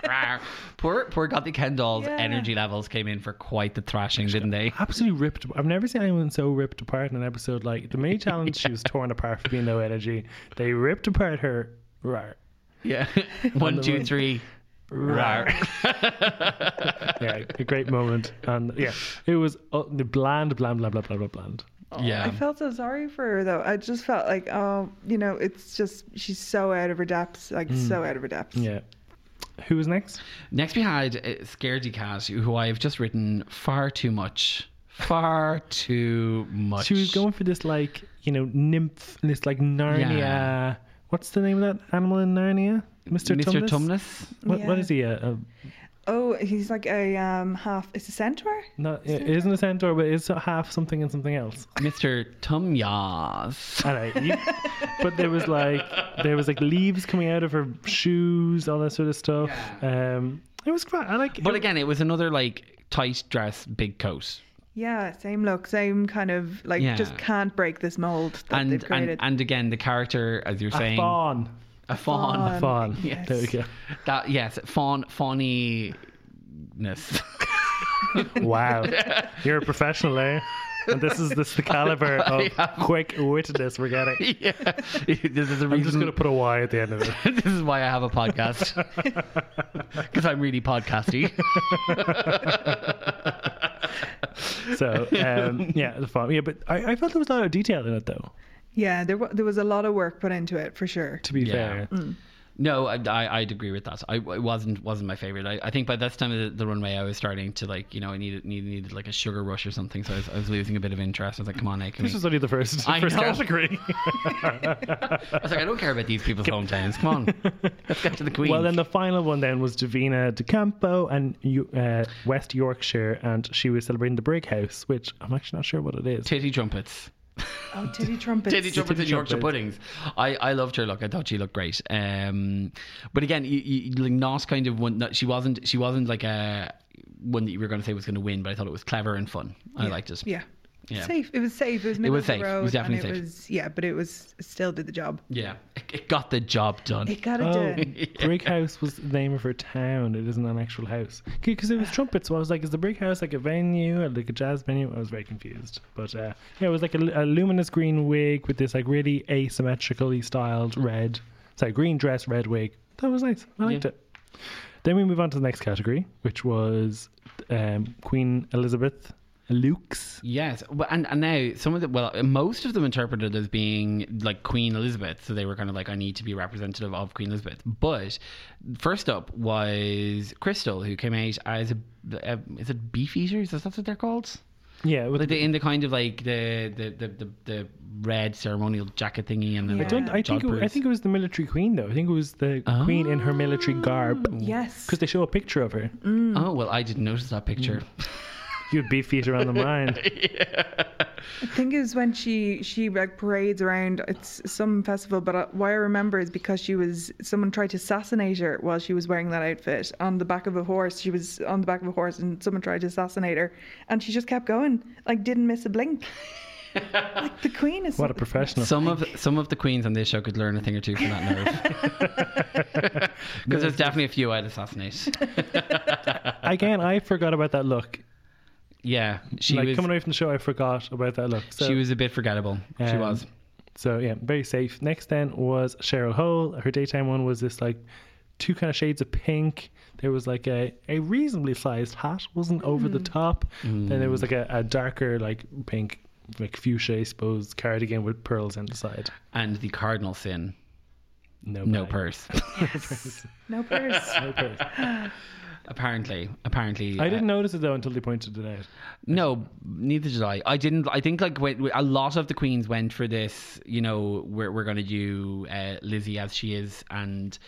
A: Rawr. poor, poor Gothic Kendall's
C: Yeah.
A: energy levels came in for quite the thrashing, didn't they?
B: absolutely ripped. I've never seen anyone so ripped apart in an episode. Like the main challenge, she was torn apart for being no energy. They ripped apart her. Rar.
A: Yeah. One, two, three. Rawr.
B: Yeah, a great moment. And yeah, it was uh, the bland, bland, bland, bland, bland, bland.
A: yeah.
C: I felt so sorry for her though. I just felt like, oh, you know, it's just she's so out of her depths, like
A: Mm.
C: so out of her depths.
B: Yeah. Who was next?
A: Next, we had uh, Scaredy Cat, who I have just written far too much. Far too much.
B: She was going for this like you know nymph, this like Narnia.
A: Yeah.
B: What's the name of that animal in Narnia? Mr.
A: Mr.
B: Tumnus.
A: Tumnus.
B: What, what
C: Yeah.
B: is he? A, a,
C: Oh, he's like a um half. It's a centaur.
B: not, it isn't a centaur, but it's half something and something else.
A: Mr. Tumyas.
B: I know. You, but there was like there was like leaves coming out of her shoes, all that sort of stuff. Um, it was great. I like.
A: But
B: it-
A: again, it was another like tight dress, big coat.
C: Yeah, same look, same kind of like
A: Yeah.
C: just can't break this mold that
A: And,
C: they've
A: and
C: created.
A: and again, the character, as you're
B: a
A: saying,
B: fawn.
A: a fawn.
C: Fawn.
B: Fawn.
C: Yes.
B: There we go.
A: That yes, fawn, fawniness.
B: Wow, you're a professional, eh? And this is this the caliber of quick wittedness we're getting.
A: yeah, this is the reason.
B: I'm just gonna put a Y at the end of it.
A: this is why I have a podcast. Because I'm really podcasty.
B: So um, yeah, the fawn. Yeah, but I, I felt there was a lot of detail in it, though.
C: yeah, there wa- there was a lot of work put into it for sure.
B: To be
A: Yeah.
B: fair,
A: no, I, I I'd agree with that. I it wasn't wasn't my favorite. I, I think by this time of the, the runway, I was starting to like you know I needed needed, needed like a sugar rush or something. So I was, I was losing a bit of interest. I was like, come on, Nick.
B: this was only the first
A: I
B: first
A: know.
B: category.
A: I was like, I don't care about these people's hometowns. Come on, let's get to the Queen.
B: Well, then the final one then was Davina De Campo and Eu- uh, West Yorkshire, and she was celebrating the Brig House, which I'm actually not sure what it is.
A: titty trumpets.
C: Oh, titty trumpets.
A: Titty trumpets and
B: Titty
A: Yorkshire puddings.
B: trumpets.
A: I, I loved her look. I thought she looked great. Um, but again, you, you, like not kind of one. Not, she wasn't. She wasn't like a one that you were going to say was going to win. But I thought it was clever and fun. I liked it.
C: Yeah.
A: Yeah.
C: Safe. It was safe. It was middle
A: was
C: of the
A: safe. It
C: road.
A: was definitely
C: and it
A: safe.
C: Was, yeah, but it was it still did the job.
A: Yeah. It, it got the job done.
C: It got it
B: Oh,
C: done.
B: Brig House was the name of her town. It isn't an actual house because it
A: Ah.
B: was trumpets. So I was like, is the Brig House like a venue or like a jazz venue? I was very confused. But uh, yeah, it was like a, a luminous green wig with this like really asymmetrically styled red, sorry, green dress, red wig. That was nice. I liked
A: Yeah.
B: it. Then we move on to the next category, which was um, Queen Elizabeth Luke's.
A: Yes, well, and and now some of the well, most of them interpreted as being like Queen Elizabeth, so they were kind of like, I need to be representative of Queen Elizabeth. But first up was Crystal, who came out as a, a is it beefeaters? Is that what they're called?
B: Yeah, with
A: Like the, in the kind of like the the, the, the, the red ceremonial jacket thingy, and then the
C: I
B: I don't. I think. It,
A: jodhpurs.
B: I think it was the military queen, though. I think it was the
A: Ah.
B: queen in her military garb.
C: Yes.
B: Because they show a picture of her.
A: Oh well, I didn't notice that picture.
B: You have beef feet around the mind.
C: I think it was when she she like parades around. It's some festival, but uh, why I remember is because she was someone tried to assassinate her while she was wearing that outfit on the back of a horse. She was on the back of a horse, and someone tried to assassinate her, and she just kept going, like didn't miss a blink. like the queen is
B: What a professional.
A: Some of some of the queens on this show could learn a thing or two from that nerve, because there's definitely a few I'd assassinate.
B: Again, I forgot about that look.
A: Yeah, she
B: like
A: was
B: coming away from the show, I forgot about that look. So,
A: she was a bit forgettable. she
B: um,
A: was.
B: So yeah, very safe. Next then was Cheryl Hole. Her daytime one was this like two kind of shades of pink. There was like a, a reasonably sized hat, wasn't over the top. Then
A: Mm.
B: there was like a, a darker like pink like fuchsia, I suppose, cardigan with pearls on the side.
A: And the cardinal sin,
B: No,
A: no
B: bag.
A: purse.
C: no purse.
B: No pearls.
A: apparently, apparently,
B: I
A: uh,
B: didn't notice it though until they pointed it out.
A: No, neither did I. I didn't. I think like when, a lot of the queens went for this. You know, we're we're gonna do uh, Lizzie as she is, and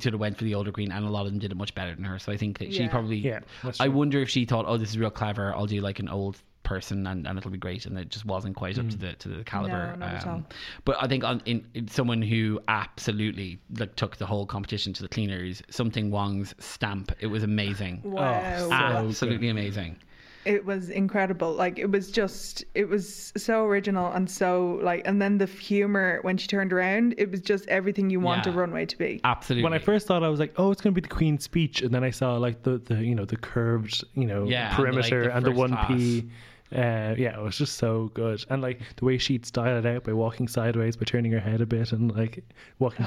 A: sort of went for the older queen, and a lot of them did it much better than her. So I think that she
C: Yeah.
A: probably.
B: Yeah, that's
A: I
B: true.
A: wonder if she thought, oh, this is real clever. I'll do like an old person, and, and it'll be great. And it just wasn't quite up to
B: Hmm.
A: the to the caliber. um,
C: not at all.
A: But I think on in, in someone who absolutely like took the whole competition to the cleaners, something Wong's stamp. It was amazing.
B: so-
C: Wow.
A: absolutely amazing.
C: it was incredible like it was just it was so original and so like and then the humor when she turned around it was just everything you want
A: Yeah.
C: a runway to be
A: Absolutely.
B: When I first thought, I was like, "Oh, it's going to be the Queen's speech," and then I saw like the, the you know the curved you know
A: Yeah, and,
B: perimeter
A: like, the
B: and the
A: first
B: one p. Uh, yeah, it was just so good, and like the way she'd style it out by walking sideways, by turning her head a bit, and like walking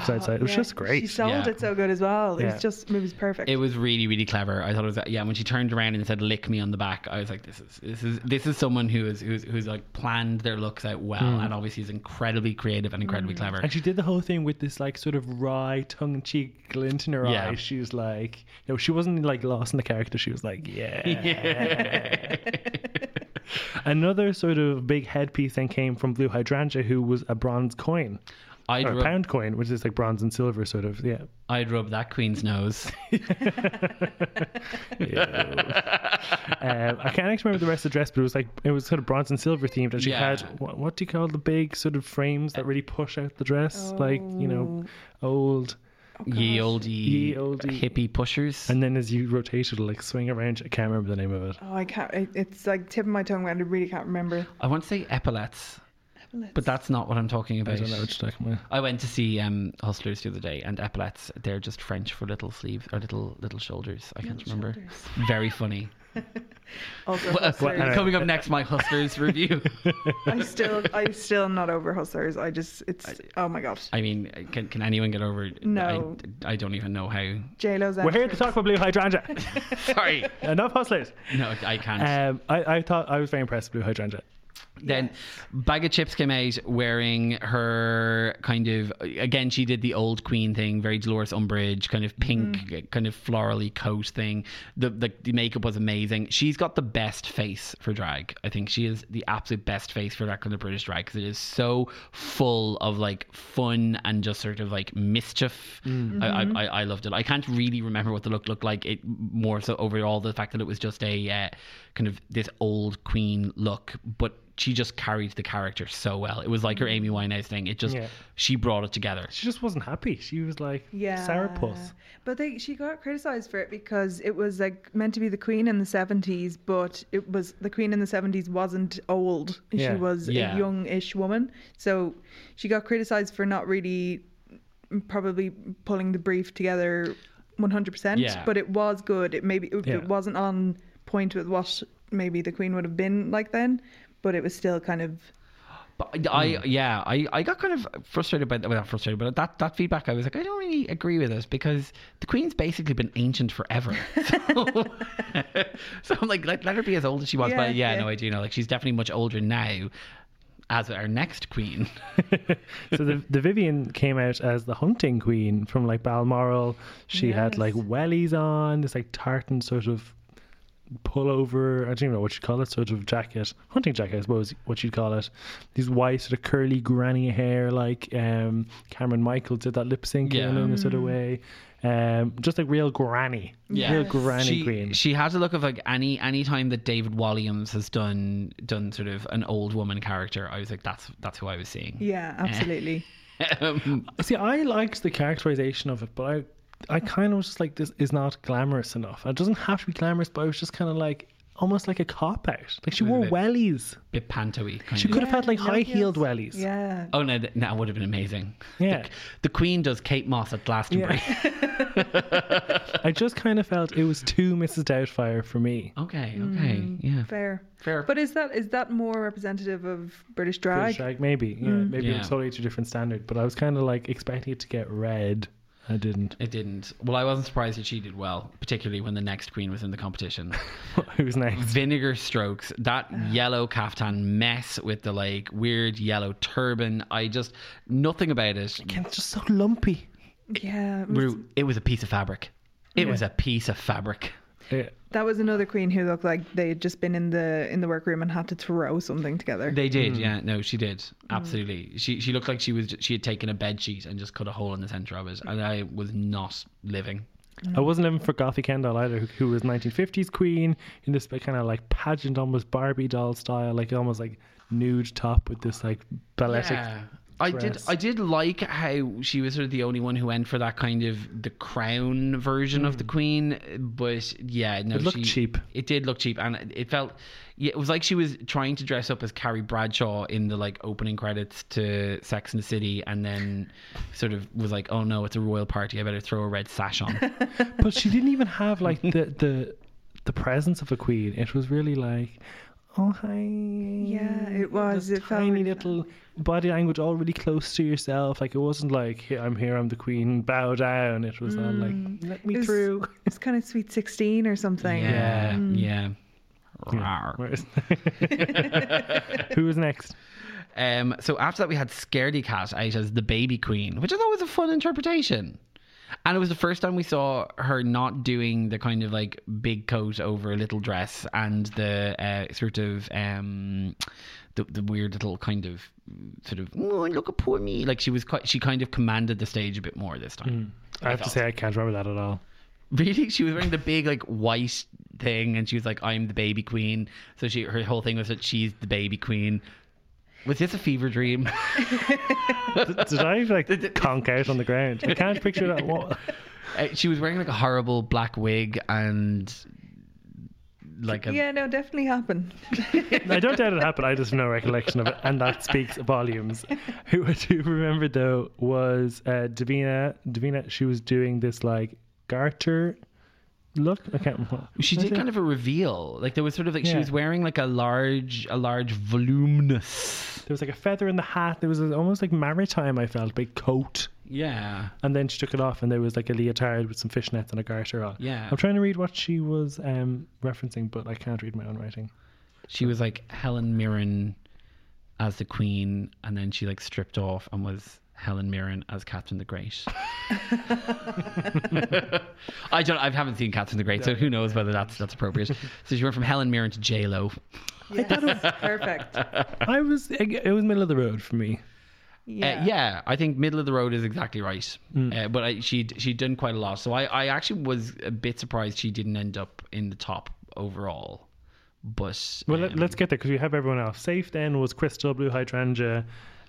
B: side side. It was
C: Yeah.
B: just
C: she
B: great.
C: sold
A: Yeah.
C: it so good as well it
B: Yeah.
C: was just it was perfect
A: It was really, really clever. I thought it was yeah. When she turned around and said "lick me on the back," I was like, "This is this is this is someone who is who's who's like planned their looks out well,
B: Hmm.
A: and obviously is incredibly creative and incredibly clever."
B: And she did the whole thing with this like sort of wry, tongue in cheek glint in her
A: Yeah.
B: eye. She was like, no, she wasn't like lost in the character. She was like, yeah. Another sort of big headpiece then came from Blue Hydrangea, who was a bronze coin
A: I'd
B: or a
A: rub,
B: pound coin, which is like bronze and silver, sort of. Yeah.
A: I'd rub that queen's nose.
B: um, I can't actually remember the rest of the dress, but it was like it was sort of bronze and silver themed, and she
A: Yeah.
B: had what, what do you call the big sort of frames that really push out the dress, like you know,
A: Oh.
B: old.
A: Ye olde,
B: Ye olde.
A: hippie pushers.
B: And then as you rotate, it'll like swing around. I can't remember the name of it.
C: oh i can't it, it's like tipping my tongue around i really can't remember
A: I want to say epaulets, but that's not what I'm talking about.
B: I don't know what you're talking about.
A: I went to see um, Hustlers the other day, and epaulets. They're just French for little sleeves or little little shoulders. I can't remember. Very funny. uh,
C: also
B: well,
C: Hustlers.
B: anyway.
A: Coming up next, my Hustlers review.
C: i still i still am not over hustlers i just it's oh my god
A: I mean, can can anyone get over?
C: No.
A: I, I don't even know how.
C: j-lo's
B: We're here to talk about Blue Hydrangea.
A: Sorry,
B: Enough hustlers.
A: no, I can't.
B: Um, I, I thought I was very impressed with Blue Hydrangea.
A: then, bag of chips came out wearing her kind of again. She did the old queen thing, very Dolores Umbridge, kind of pink, uh, kind of florally coat thing. The, the the makeup was amazing. She's got the best face for drag. I think she is the absolute best face for that kind of British drag because it is so full of like fun and just sort of like mischief. I, I, I I loved it. I can't really remember what the look looked like. It more so overall the fact that it was just a uh, kind of this old queen look, but she just carried the character so well. It was like her Amy Winehouse thing. It just
B: Yeah.
A: she brought it together.
B: She just wasn't happy. She was like,
C: yeah
B: Sarah Puss.
C: but they she got criticized for it because it was like meant to be the queen in the 70s but it was the queen in the 70s wasn't old
B: Yeah.
C: she was
A: Yeah.
C: a young-ish woman so she got criticized for not really probably pulling the brief together 100%
A: Yeah.
C: but it was good it maybe it,
B: Yeah.
C: it wasn't on point with what maybe the queen would have been like then but it was still kind of
A: But I, I yeah, I, I got kind of frustrated by that. Well, not frustrated, but that, that feedback, I was like, I don't really agree with this because the Queen's basically been ancient forever. So, so I'm like, let, let her be as old as she was. but
C: Yeah,
A: yeah,
C: yeah.
A: no, I do know. Like, she's definitely much older now, as our next Queen.
B: so the, the Vivian came out as the hunting queen from like Balmoral. She had
C: Yes.
B: like wellies on, this like tartan sort of pullover. I don't even know what you call it. Sort of jacket, hunting jacket, I suppose. What you'd call it. These white sort of curly granny hair, like um, Cameron Michael did that lip sync
A: Yeah. Mm.
B: in in a sort of way. Um, just like real granny,
A: Yeah.
B: real granny
A: she,
B: green.
A: she has a look of like any any time that David Walliams has done done sort of an old woman character, I was like, that's that's who I was seeing.
C: Yeah,
B: Eh.
C: absolutely.
A: Um,
B: See, I liked the characterization of it, but I, I kind of was just like, this is not glamorous enough. It doesn't have to be glamorous, but I was just kind of like, almost like a cop out. Like she wore
A: bit-
B: wellies.
A: bit pantoey. Kind
B: She
A: of.
B: could have had like
C: no
B: high heeled
C: heels.
B: wellies.
C: yeah.
A: Oh no, th- that would have been amazing.
B: Yeah.
A: The, the Queen does Kate Moss at Glastonbury.
B: I just kind of felt it was too Mrs. Doubtfire for me.
A: okay, okay,
B: Oh.
A: yeah.
C: Fair.
A: Fair.
C: But is that is that more representative of British drag?
B: British drag, maybe. Mm. Yeah, maybe
A: Yeah.
B: it's totally to a different standard, but I was kind of like expecting it to get red. I didn't.
A: It didn't. Well, I wasn't surprised that she did well, particularly when the next queen was in the competition.
B: Who's next?
A: Vinegar strokes, that yellow caftan mess with the like weird yellow turban. I just, nothing about it.
B: Again, it's just so lumpy.
C: Yeah. it was-
A: Rue, it was a piece of fabric. It was a piece of fabric.
B: Yeah.
C: That was another queen who looked like they had just been in the in the workroom and had to throw something together.
A: They did, yeah. No, she did.
C: Hmm.
A: Absolutely. She she looked like she was she had taken a bed sheet and just cut a hole in the center of it, and I was not living.
B: I
C: Mm.
B: wasn't living for Gothy Kendall either, who, who was 1950s queen in this kind of like pageant, almost Barbie doll style, like almost like nude top with this like balletic.
A: I did.
B: dress.
A: I did like how she was sort of the only one who went for that kind of the crown version of the queen, but yeah, no,
B: Hmm. It looked
A: she-
B: cheap.
A: It did look cheap, and it- it felt. yeah, It was like she was trying to dress up as Carrie Bradshaw in the like opening credits to Sex and the City, and then sort of was like, "Oh no, it's a royal party. I better throw a red sash on."
B: But she didn't even have like the the the presence of a queen. It was really like, oh hi.
C: Yeah, it was.
B: This
C: It felt
B: tiny
C: like that.
B: little body language, all really close to yourself. Like it wasn't like "Here, I'm here, I'm the queen, bow down. It was all like let me
C: Mm. It was-
B: through.
C: It's kind of sweet sixteen or something.
A: yeah,
B: Hmm.
A: yeah. Rawr.
B: Where is- Who was next?
A: Um, so after that, we had Scaredy Cat out as the baby queen, which I thought was a fun interpretation. And it was the first time we saw her not doing the kind of like big coat over a little dress and the uh, sort of um, the, the weird little kind of sort of oh look at poor me like she was quite she kind of commanded the stage a bit more this time.
B: I have to
A: felt.
B: say I can't remember that at all.
A: Really, she was wearing the big like white thing and she was like I'm the baby queen. So she her whole thing was that she's the baby queen. Was this a fever dream?
B: Did I like conk out on the ground? I can't picture that. What?
A: Uh, she was wearing like a horrible black wig and like a
C: Yeah, no, definitely happened.
B: I don't doubt it happened. I just have no recollection of it, and that speaks volumes. Who I do remember though was uh, Davina. Davina, she was doing this like garter look. I can't. remember.
A: she did kind of a reveal. Like there was sort of like she
B: Yeah.
A: was wearing like a large a large voluminous
B: There was like a feather in the hat. There was a- almost like maritime. I felt big coat,
A: Yeah.
B: and then she took it off, and there was like a leotard with some fishnets and a garter on.
A: Yeah.
B: I'm trying to read what she was um, referencing, but I can't read my own writing.
A: She was like Helen Mirren as the Queen and then she like stripped off and was Helen Mirren as Catherine the Great. I don't I haven't seen Catherine the Great, so who knows whether that's that's appropriate. so she went from Helen Mirren to J Lo.
C: I thought it was perfect.
A: Uh,
B: I was. It was middle of the road for me.
A: Yeah.
C: Yeah.
A: Uh, yeah, I think middle of the road is exactly right.
B: Mm.
A: Uh, but I, she'd she'd done quite a lot, so I, I actually was a bit surprised she didn't end up in the top overall. But
B: Well,
A: um,
B: let, let's get there because we have everyone else. Safe then was Crystal, Blue Hydrangea,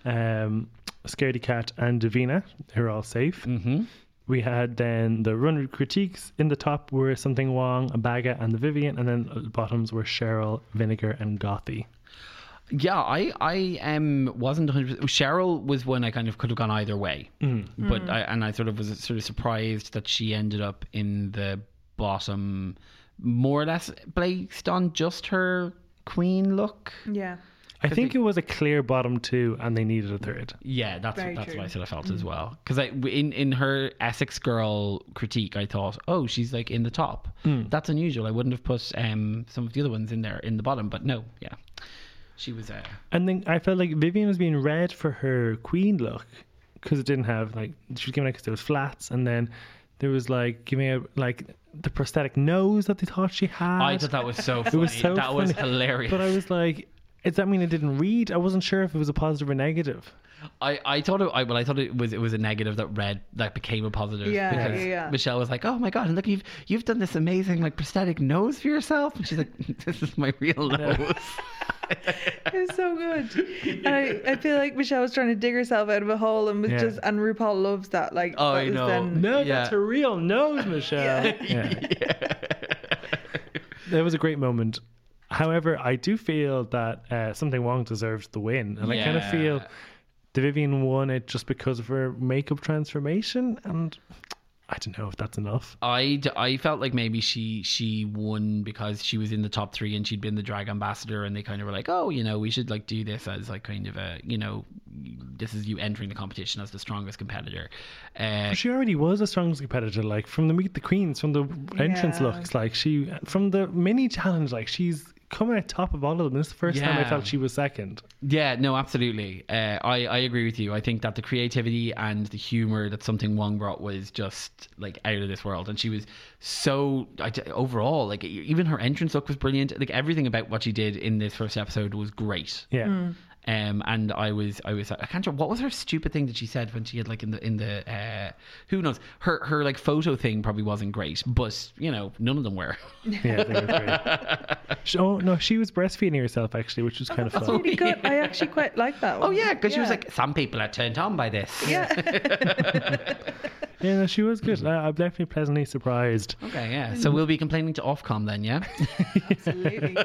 B: um, Scaredy Cat, and Davina. They're all safe.
A: mhm.
B: We had then the runner critiques. In the top were Something Wong, Abaga, and the Vivian, and then at the bottoms were Cheryl, Vinegar, and Gothy.
A: yeah, I I um wasn't 100. Cheryl was one I kind of could have gone either way,
B: Mm.
A: but I and I sort of was sort of surprised that she ended up in the bottom, more or less based on just her queen look.
C: Yeah.
B: I think it was a clear bottom two, and they needed a third.
A: Yeah, that's
C: Very
A: that's what I
C: true. Mm.
A: sort of felt as well. Because I in in her Essex girl critique, I thought, oh, she's like in the top.
B: Mm.
A: That's unusual. I wouldn't have put um some of the other ones in there in the bottom, but no, yeah, she was uh,
B: And then I felt like Vivian was being red for her queen look because it didn't have like she was given like 'cause there was flats, and then There was like giving a like the prosthetic nose that they thought she had.
A: I thought that was so funny.
B: was so
A: that was
B: funny.
A: hilarious.
B: but I was like, does that mean it didn't read? I wasn't sure if it was a positive or negative.
A: I, I thought it I, well I thought it was it was a negative that read that became a positive
C: Yeah,
A: because
C: yeah, yeah.
A: Michelle was like oh my god look you've you've done this amazing like prosthetic nose for yourself and she's like this is my real nose
C: It was so good. And I, I feel like Michelle was trying to dig herself out of a hole and was
B: Yeah.
C: just and RuPaul loves that. Like
A: Oh,
C: that
A: I
C: was
A: know.
C: then-
B: No,
A: Yeah.
B: that's her real nose, Michelle. yeah. That was a great moment. However, I do feel that uh, Something Wrong deserves the win. And I kind of
A: Yeah.
B: feel the Vivian won it just because of her makeup transformation. And I don't know if that's enough.
A: I, d- I felt like maybe she she won because she was in the top three and she'd been the drag ambassador and they kind of were like oh you know we should like do this as like kind of a you know this is you entering the competition as the strongest competitor uh,
B: She already was a strongest competitor, like from the Meet the Queens, from the entrance
C: Yeah.
B: looks, like she, from the mini challenge, like she's coming out top of all of them. This is the first time I
A: Yeah.
B: felt she was second.
A: Yeah, no, absolutely. Uh, I I agree with you. I think that the creativity and the humor that something Wong brought was just like out of this world, and she was so I, d- overall like e- even her entrance look was brilliant. Like everything about what she did in this first episode was great.
B: Yeah.
A: Um, and I was I was I can't remember what was her stupid thing that she said when she had like in the in the uh, who knows her her like photo thing probably wasn't great, but you know none of them were.
B: Yeah, they were great. She- oh no, she was breastfeeding herself actually, which was kind of fun.
C: Pretty good. I actually quite like that one.
A: Oh yeah, because she was like some people are turned on by this.
C: Yeah.
B: Yeah, no, she was good. I, I'm definitely pleasantly surprised.
A: Okay, yeah. So we'll be complaining to Ofcom then, yeah?
C: Absolutely.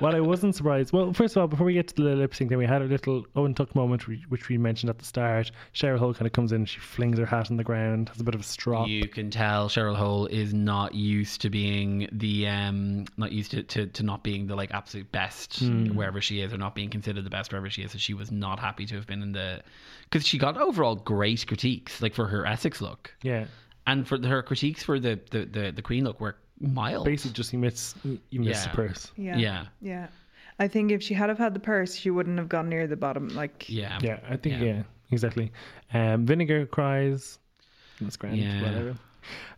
B: Well, I wasn't surprised. Well, first of all, before we get to the lip sync, then we had a little Owen Tuck moment, which- which we mentioned at the start. Cheryl Hull kind of comes in, she flings her hat on the ground, has a bit of a strop.
A: you can tell Cheryl Hole is not used to being the um not used to, to, to not being the like absolute best wherever she is or not being considered the best wherever she is. So she was not happy to have been in the because she got overall great critiques, like for her Essex look.
B: Yeah,
A: And for her critiques for the the, the, the Queen look were mild.
B: basically just you miss you miss
A: Yeah.
B: the purse.
C: Yeah.
A: Yeah.
C: Yeah. I think if she had have had the purse, she wouldn't have gone near the bottom. Like
A: Yeah.
B: Yeah, I think
A: Yeah.
B: yeah, exactly. Um, Vinegar cries. That's grand.
A: Yeah.
B: Whatever.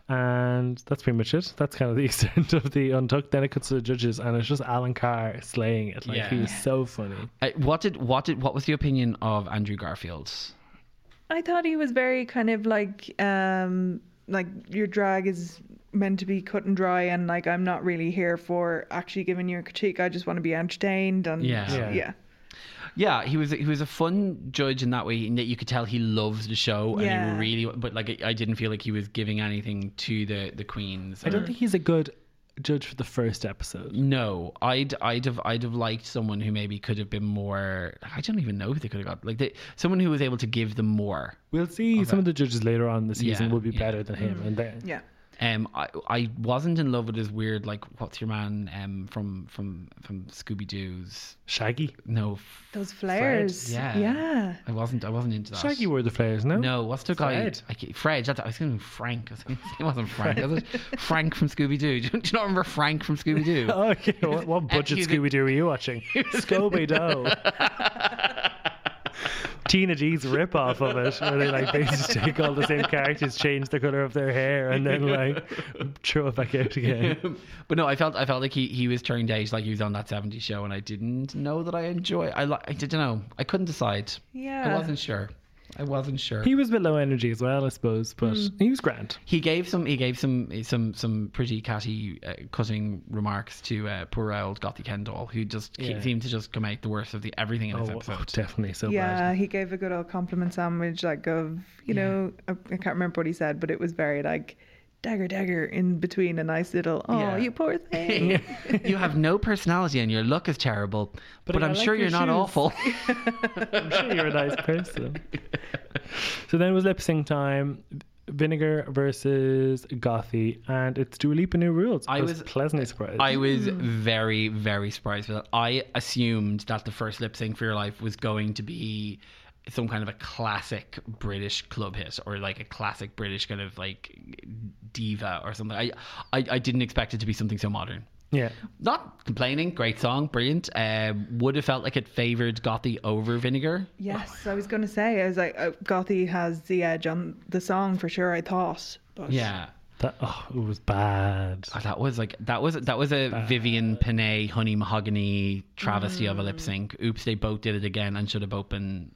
B: And that's pretty much it. That's kind of the extent of the untucked. Then it cuts to the judges, and it's just Alan Carr slaying it. Like he was so funny.
A: Uh, what did what did what was the opinion of Andrew Garfield?
C: I thought he was very kind of like um like your drag is meant to be cut and dry and like I'm not really here for actually giving you a critique. I just want to be entertained and
A: Yeah.
B: Yeah.
C: yeah.
A: Yeah, he was he was a fun judge in that way, and that you could tell he loves the show, and
C: Yeah.
A: he really. But like, I didn't feel like he was giving anything to the the queens.
B: I
A: or-
B: don't think he's a good judge for the first episode.
A: No, I'd I'd have I'd have liked someone who maybe could have been more. I don't even know who they could have got. Like they, someone who was able to give them more.
B: We'll see. Some of the judges later on this season
A: Yeah,
B: will be
A: yeah.
B: better than him. And then,
C: Yeah.
A: Um, I I wasn't in love with his weird like what's your man um from from from Scooby Doo's
B: Shaggy.
A: no.
C: Those flares.
A: Yeah.
C: Yeah.
A: I wasn't I wasn't into that.
B: Shaggy wore the flares, no?
A: No, what's the guy?
B: Fred.
A: I ca- Fred. That's, I was thinking Frank. I was thinking, it wasn't Frank. was it? Frank from Scooby Doo. Do you not remember Frank from Scooby Doo?
B: Oh, yeah. What, what budget
A: Excuse me.
B: Scooby Doo were you watching? Scooby Doo. Tina G's rip off of it, where they like basically take all the same characters, change the color of their hair, and then like throw it back out again.
A: but no, I felt I felt like he, he was turned out like he was on that 70s show, and I didn't know that I enjoy. I li- I didn't know. I couldn't decide. I
C: Yeah.
A: wasn't sure. I wasn't sure.
B: He was a bit low energy as well, I suppose, but
C: Hmm.
B: he was grand.
A: He gave some he gave some some some pretty catty uh, cutting remarks to uh, poor old Gotti Kendall, who just ke-
B: Yeah.
A: seemed to just come out the worst of the everything in this
B: Oh, oh,
A: episode.
B: definitely so
C: Yeah,
B: bad.
C: he gave a good old compliment sandwich, like of you know, I, I can't remember what he said, but it was very like dagger, dagger in between a nice little, oh,
A: Yeah.
C: you poor thing.
A: you have no personality and your look is terrible, but,
B: I
A: I'm
B: like
A: sure
B: your
A: you're not
B: shoes.
A: awful.
B: I'm sure you're a nice person. so then it was lip sync time. Vinegar versus Gothy, and it's Dua Lipa new rules. I,
A: I
B: was,
A: was-
B: pleasantly surprised.
A: I was very, very surprised with that. I assumed that the first lip sync for your life was going to be some kind of a classic British club hit or like a classic British kind of like diva or something. I, I, I didn't expect it to be something so modern.
B: yeah,
A: Not complaining, great song, brilliant. Um, would have felt like it favored Gothy over Vinegar.
C: yes, I was uh, gonna say, I was like, oh, Gothy has the edge on the song for sure. I thought, but
A: Yeah.
B: That oh, it was bad.
A: Oh, that was like that was that was a Vivian Panay honey mahogany travesty of a
B: Mm.
A: lip sync. Oops, they both did it again and should have both been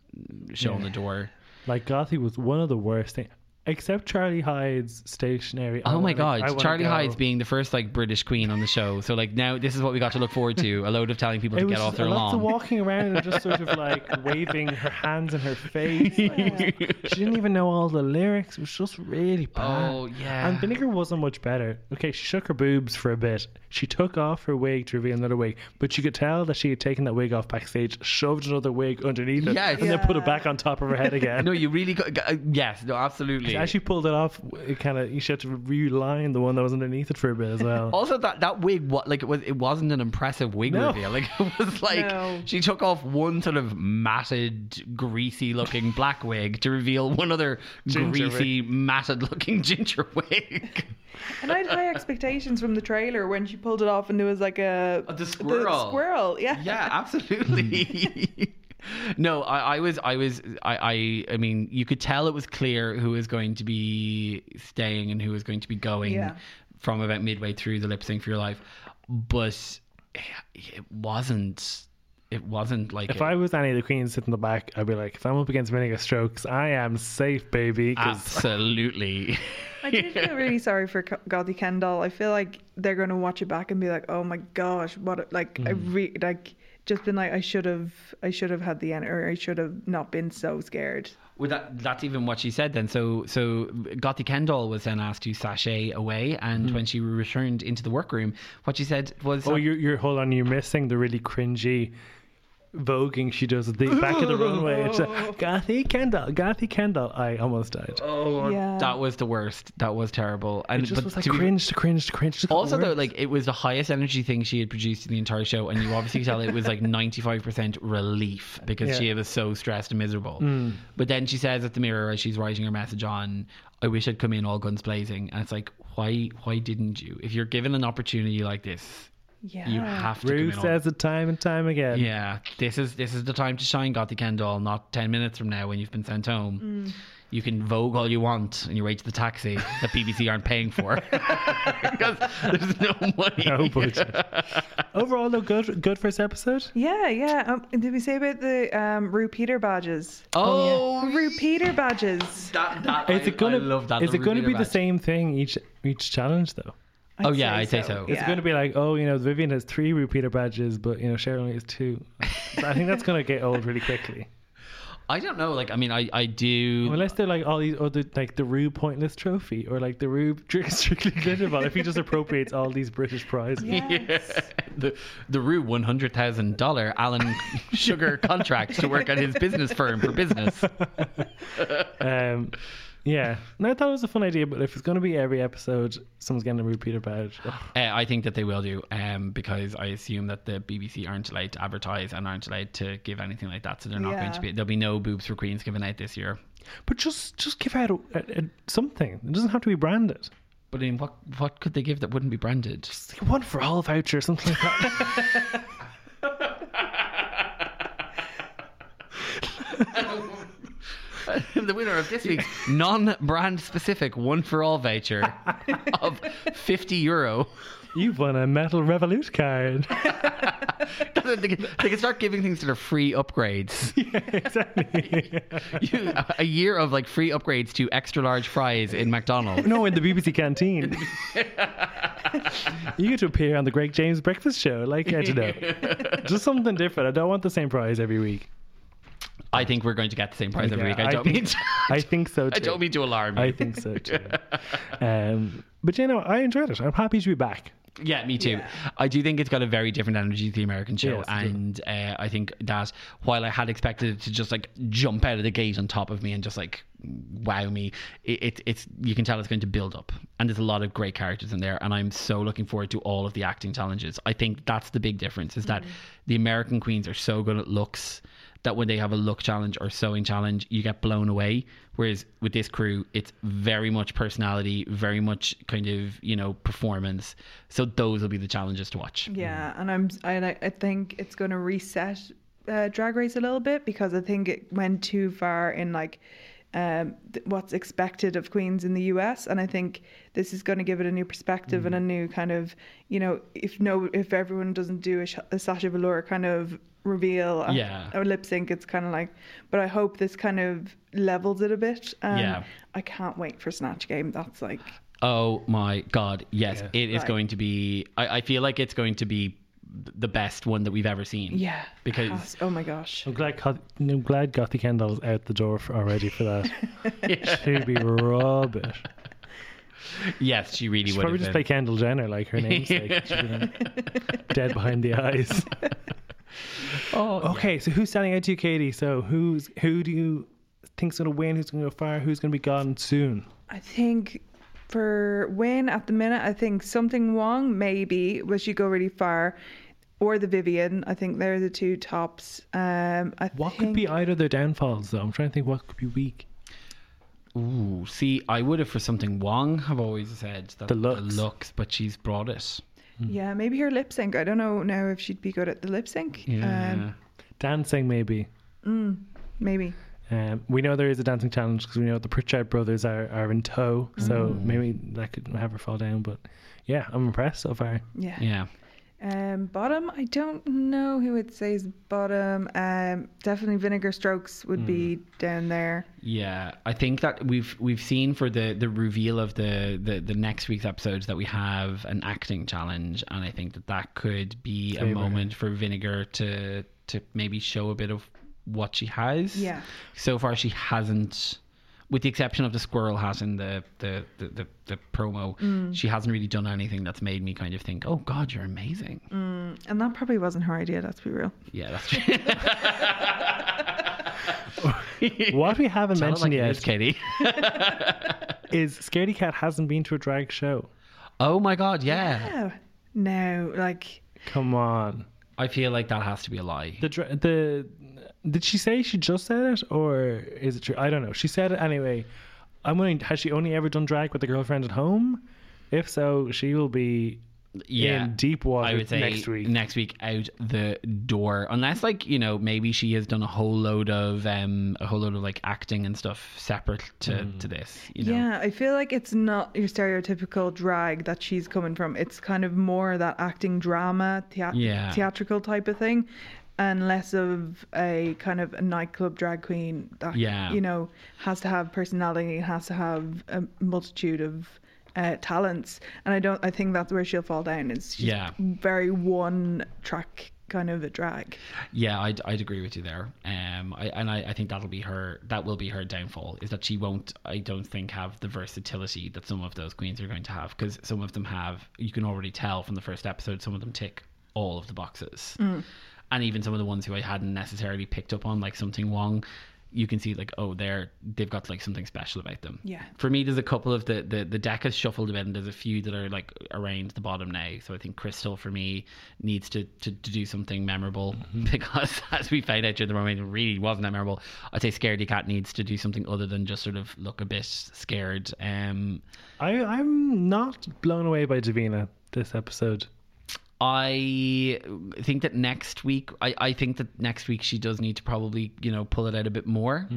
A: shown the door.
B: Like Gothy was one of the worst things. Except Charlie Hyde's stationary. I
A: Oh my
B: wanna- I
A: god,
B: wanna
A: Charlie
B: go.
A: Hyde's being the first like British queen on the show. So like now this is what we got to look forward to: a load of telling people
B: It
A: to
B: was
A: get off
B: just-
A: their
B: lots
A: lawn.
B: of walking around and just sort of like waving her hands in her face. Like, it was- she didn't even know all the lyrics. It was just really bad.
A: Oh, yeah.
B: And Vinegar wasn't much better. Okay, she shook her boobs for a bit. She took off her wig to reveal another wig, but you could tell that she had taken that wig off backstage, shoved another wig underneath it,
A: Yes.
B: and then put it
C: Yeah.
B: back on top of her head again.
A: no, you really. Got, uh, yes, no, absolutely.
B: She actually pulled it off. It kind of she had to reline the one that was underneath it for a bit as well.
A: Also, that that wig, what like it was, it wasn't an impressive wig
B: No.
A: reveal. Like it was like
C: No.
A: she took off one sort of matted, greasy-looking black wig to reveal one other
B: Ginger
A: greasy, matted-looking ginger wig.
C: And I had high expectations from the trailer when she pulled it off and there was like a
A: Oh, the squirrel.
C: squirrel, yeah.
A: yeah, absolutely. Hmm. no, I, I was, I was, I, I, I mean, you could tell it was clear who was going to be staying and who was going to be going
C: Yeah.
A: from about midway through the lip sync for your life, but it wasn't. It wasn't like
B: If
A: it-
B: I was any of the queens sitting in the back, I'd be like, if I'm up against vinegar strokes, I am safe, baby.
A: Ah,
B: 'cause
A: absolutely.
C: I do feel really sorry for Ca- Gothy Kendall. I feel like they're going to watch it back and be like, "Oh my gosh, what a, like I
A: Mm.
C: re- like just been like I should have I should have had the end or I should have not been so scared."
A: Well, that that's even what she said then. So so Gotti Kendall was then asked to sashay away, and when she returned into the workroom, what she said was,
B: Oh, you're, you're hold on, you're missing the really cringy voguing she does at the back of the runway. It's like, Gothy Kendall, Gothy Kendall. I almost died.
A: "Oh,
C: Yeah.
A: that was the worst. That was terrible."
B: It
A: And
B: just
A: but
B: was like
A: to be-
B: cringe to cringe to cringe. to the
A: Also, though,
B: worst.
A: like it was the highest energy thing she had produced in the entire show, and you obviously tell it was like ninety five percent relief because
B: Yeah. Mm.
A: she was so stressed and miserable. But then she says at the mirror as she's writing her message on, "I wish I'd come in all guns blazing," and it's like, why? Why didn't you? If you're given an opportunity like this,
C: Yeah.
A: you have to.
B: Rue
A: come in all-
B: says it time and time again.
A: yeah, this is this is the time to shine, Gotti Kendall. Not ten minutes from now when you've been sent home. You can vogue all you want on your way to the taxi that BBC aren't paying for because there's no money.
B: No budget. Overall, though, good good first episode.
C: Yeah, yeah. Um, and did we say about the um, Rue Peter badges?
A: Oh,
C: Rue Peter badges.
A: that, that,
B: Is
A: I,
B: it gonna
A: I love that.
B: is it going to
A: Rubina
B: be the
A: badge.
B: same thing each each challenge though?
A: Oh, yeah, I'd say so.
B: Is it going to be like, oh, you know, Vivian has three repeater badges, but you know, Cheryl only has two? I think that's going to get old really quickly.
A: I don't know. Like, I mean, I I do.
B: Unless they're like all these other, like the Rube Pointless Trophy or like the Rube Dr- Strictly Glitter Ball, if he just appropriates all these British prizes.
C: Yeah. Yes.
A: the the Rue one hundred thousand dollar Alan Sugar contract to work at his business firm for business.
B: Um, yeah. No, I thought it was a fun idea, but if it's going to be every episode, someone's getting a repeater badge. Ugh.
A: Uh, I think that they will do, um, because I assume that the BBC aren't allowed to advertise and aren't allowed to give anything like that. So they're not going to
C: Yeah.
A: be. There'll be no boobs for queens given out this year.
B: But just just give out a, a, a- something. It doesn't have to be branded.
A: But in what what could they give that wouldn't be branded?
B: It's like a one for all voucher or something like that.
A: the winner of this week's non-brand specific one for all voucher of 50 euro
B: You've won a Metal Revolute card.
A: they can, they can start giving things that are free upgrades
B: exactly.
A: You- a year of like free upgrades to extra large fries in mcdonald's
B: no, in the BBC canteen. you get to appear on the Greg James Breakfast Show, like I don't know, just something different. I don't want the same prize every week.
A: i think we're going to get the same prize every week
B: Yeah,
A: i
B: I
A: don't
B: think-
A: mean to,
B: I think so too.
A: I don't mean to alarm you.
B: I think so too. Um, but you know, I enjoyed it. I'm happy to be back.
A: Yeah, me too.
C: Yeah.
A: I do think it's got a very different energy to the American show,
B: Yes, it does.
A: and uh, I think that while I had expected it to just like jump out of the gate on top of me and just like wow me, it, it, it's you can tell it's going to build up, and there's a lot of great characters in there, and I'm so looking forward to all of the acting challenges. I think that's the big difference is that the American queens are so good at looks that when they have a look challenge or sewing challenge, you get blown away. Whereas with this crew, it's very much personality, very much kind of you know performance. So those will be the challenges to watch.
C: Yeah, and I'm I like- I think it's going to reset uh, Drag Race a little bit because I think it went too far in like um, th- what's expected of queens in the US. And I think this is going to give it a new perspective
A: Mm.
C: and a new kind of, you know, if no, if everyone doesn't do a, Sh- a Sasha Velour kind of reveal and-
A: Yeah.
C: or lip sync, it's kind of like, but I hope this kind of levels it a bit. Um,
A: Yeah.
C: I can't wait for Snatch Game. That's like,
A: Oh my god, yes,
B: Yeah.
A: it is
C: Right.
A: going to be. I, I feel like it's going to be the best one that we've ever seen.
C: yeah. it
A: Because-
C: has- oh my gosh.
B: I'm glad, Ca- I'm glad Gothy Kendall's out the door for, already for that. She'd be rubbish.
A: Yes, she really
B: She'd
A: would.
B: probably just
A: have
B: play
A: been.
B: Kendall Jenner, like her namesake. She'd be like, dead behind the eyes.
A: Oh,
B: Okay, so who's standing out to you, Katie? So who's who do you think's going to win? Who's going to go far? Who's going to be gone soon?
C: I think for Wayne at the minute, I think something wrong maybe will she go really far, or the Vivian. I think they're the two tops. Um, I
B: What
C: think,
B: could be either of their downfalls, though? I'm trying to think what could be weak.
A: Ooh, see, I would have for something Wong. I've always said that
B: The looks.
A: the looks but she's brought it.
C: yeah, maybe her lip sync. I don't know now if she'd be good at the lip sync.
A: Yeah,
C: Um,
B: Dancing, maybe.
C: maybe.
B: Um, we know there is a dancing challenge because we know the Pritchard brothers are, are in tow, so
A: Mm.
B: maybe that could have her fall down. But yeah, I'm impressed so far.
C: Yeah.
A: yeah.
C: Um, bottom. I don't know who it says bottom. Um, definitely vinegar strokes would be
B: Hmm.
C: down there.
A: Yeah, I think that we've we've seen for the the reveal of the, the the next week's episodes that we have an acting challenge, and I think that that could be a
B: Favourite.
A: moment for Vinegar to to maybe show a bit of what she has.
C: Yeah.
A: So far, she hasn't, with the exception of the squirrel hat in the the the, the, the promo, she hasn't really done anything that's made me kind of think, oh God, you're amazing.
C: And that probably wasn't her idea. Let's be real.
A: Yeah, that's true.
B: What we haven't
A: Tell it like
B: mentioned
A: it
B: yet
A: is, Katie.
B: is Scaredy Cat hasn't been to a drag show.
A: Oh my God, yeah.
B: Uh-huh.
C: Oh, no, like
B: Come on,
A: I feel like that has to be a lie.
B: the dra- the did she say she just said it or is it true? I don't know. She said it anyway. I'm wondering has she only ever done drag with a girlfriend at home? If so, she will be
A: yeah.
B: in deep water
A: I would say
B: next week.
A: week out the door, unless like you know maybe she has done a whole load of um a whole load of like acting and stuff separate to
B: Hmm.
A: to this. You know?
C: Yeah, I feel like it's not your stereotypical drag that she's coming from. It's kind of more that acting drama, thea-
A: Yeah.
C: theatrical type of thing, and less of a kind of a nightclub drag queen that
A: Yeah.
C: you know has to have personality and has to have a multitude of uh, talents. And I don't. I think that's where she'll fall down. Is she's
A: Yeah.
C: very one track kind of a drag.
A: Yeah, I'd, I'd agree with you there. Um, I, and I, I think that'll be her. That will be her downfall is that she won't. I don't think have the versatility that some of those queens are going to have because some of them have. You can already tell from the first episode. Some of them tick all of the boxes, and even some of the ones who I hadn't necessarily picked up on, like something Wong. You can see like oh they're they've got like something special about them.
C: Yeah.
A: For me, there's a couple of the the the deck has shuffled a bit, and there's a few that are like around the bottom now. So I think Crystal for me needs to to, to do something memorable because as we found out during the moment, it really wasn't that memorable. I'd say Scaredy Cat needs to do something other than just sort of look a bit scared. Um,
B: I, I'm not blown away by Davina this episode.
A: I think that next week, I, I think that next week she does need to probably you know pull it out a bit more.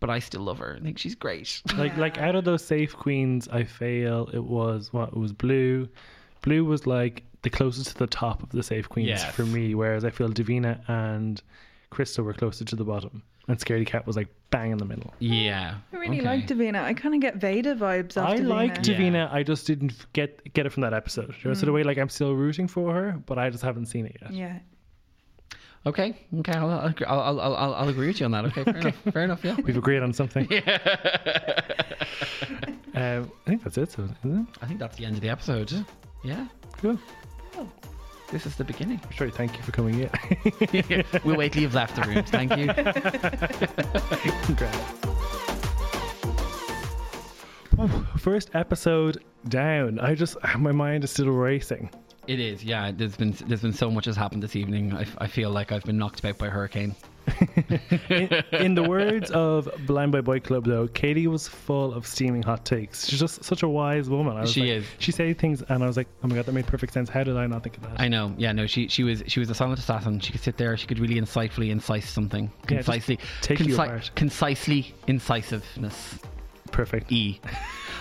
A: But I still love her. I think she's great.
B: Like like out of those safe queens, I fail. It was what it was blue. Blue was like the closest to the top of the safe queens
A: Yes.
B: for me, whereas I feel Davina and Crystal were closer to the bottom, and Scaredy Cat was like bang in the middle.
A: Yeah.
C: I really
A: Okay.
C: like Davina. I kind of get Veda vibes. Off
B: I
C: Davina.
B: like
A: Yeah.
B: Davina. I just didn't f- get get it from that episode. You know, so the way like I'm still rooting for her, but I just haven't seen it yet.
C: Yeah.
A: Okay. Okay. I'll, I'll, I'll, I'll, I'll- I'll agree with you on that. Okay. Fair enough. Fair enough. Yeah.
B: We've agreed on something. um, I think that's it. So, isn't it?
A: I think that's the end of the episode. Yeah.
B: Cool.
A: This is the beginning.
B: Sure. Thank you for coming in.
A: we'll wait till you've left the room. Thank you.
B: Great. First episode down. I just my mind is still racing.
A: It is, yeah. There's been there's been so much has happened this evening. I, I feel like I've been knocked about by a hurricane.
B: In, in the words of Blind by Boy Club, though, Katie was full of steaming hot takes. She's just such a wise woman. I was
A: She
B: like-
A: is.
B: She said things, and I was like, "Oh my god, that made perfect sense. How did I not think of that?"
A: I know. Yeah, no. She she was she was a silent assassin. She could sit there. She could really insightfully incise something.
B: Yeah, just
A: Concisely.
B: take you apart.
A: Concisely incisiveness.
B: perfect.
A: E.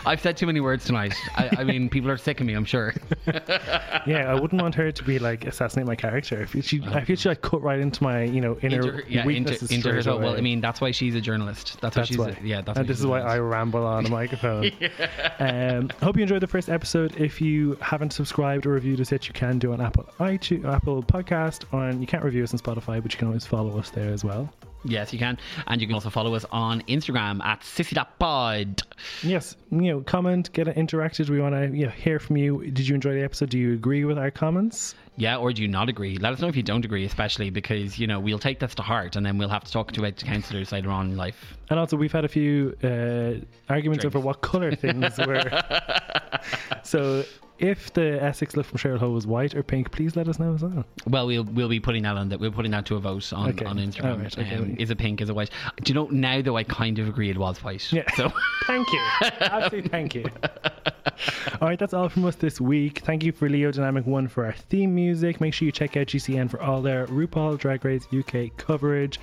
A: I've said too many words tonight. I, I mean, people are sick of me. I'm sure.
B: yeah, I wouldn't want her to be like assassinate my character. If she, I feel she like cut right into my, you know, inner
A: Into her- yeah, into,
B: weaknesses
A: into
B: straight
A: her. Well,
B: away.
A: I mean, that's why she's a journalist. That's, why
B: That's
A: she's.
B: why.
A: A, yeah, that's.
B: and this
A: she's
B: is why
A: a
B: I ramble on a microphone. um, hope you enjoyed the first episode. If you haven't subscribed or reviewed us yet, you can do on Apple iTunes, Apple Podcast, on you can't review us on Spotify, but you can always follow us there as well.
A: Yes, you can, and you can also follow us on Instagram at sissy.pod.
B: Yes, you know, comment, get interacted. We want to you know, hear from you. Did you enjoy the episode? Do you agree with our comments?
A: Yeah, or do you not agree? Let us know if you don't agree, especially because you know we'll take this to heart, and then we'll have to talk to it to counsellors later on in life.
B: And also, we've had a few uh, arguments
A: Drinks.
B: over what color things were. so, if the Essex look from Cheryl Hole was white or pink, please let us know as well.
A: Well, we'll we'll be putting that on that. We're putting that to a vote on,
B: Okay.
A: on Instagram.
B: All right, okay.
A: Um, is it pink? Is it white? Do you know now though? I kind of agree it was white.
B: Yeah.
A: So
B: Thank you. Absolutely thank you. All right, that's all from us this week. Thank you for Leo Dynamic 1 for our theme music. Make sure you check out GCN for all their RuPaul Drag Race UK coverage.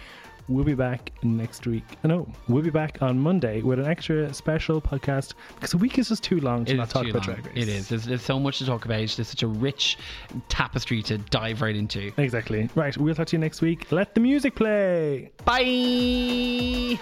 B: We'll be back next week. Oh, No, we'll be back on Monday with an extra special podcast because a week is just too long to
A: it
B: not
A: is
B: talk
A: too
B: about
A: long.
B: Drag
A: It
B: Race.
A: is. There's, there's so much to talk about. There's such a rich tapestry to dive right into.
B: Exactly. Right, we'll talk to you next week. Let the music play.
A: Bye.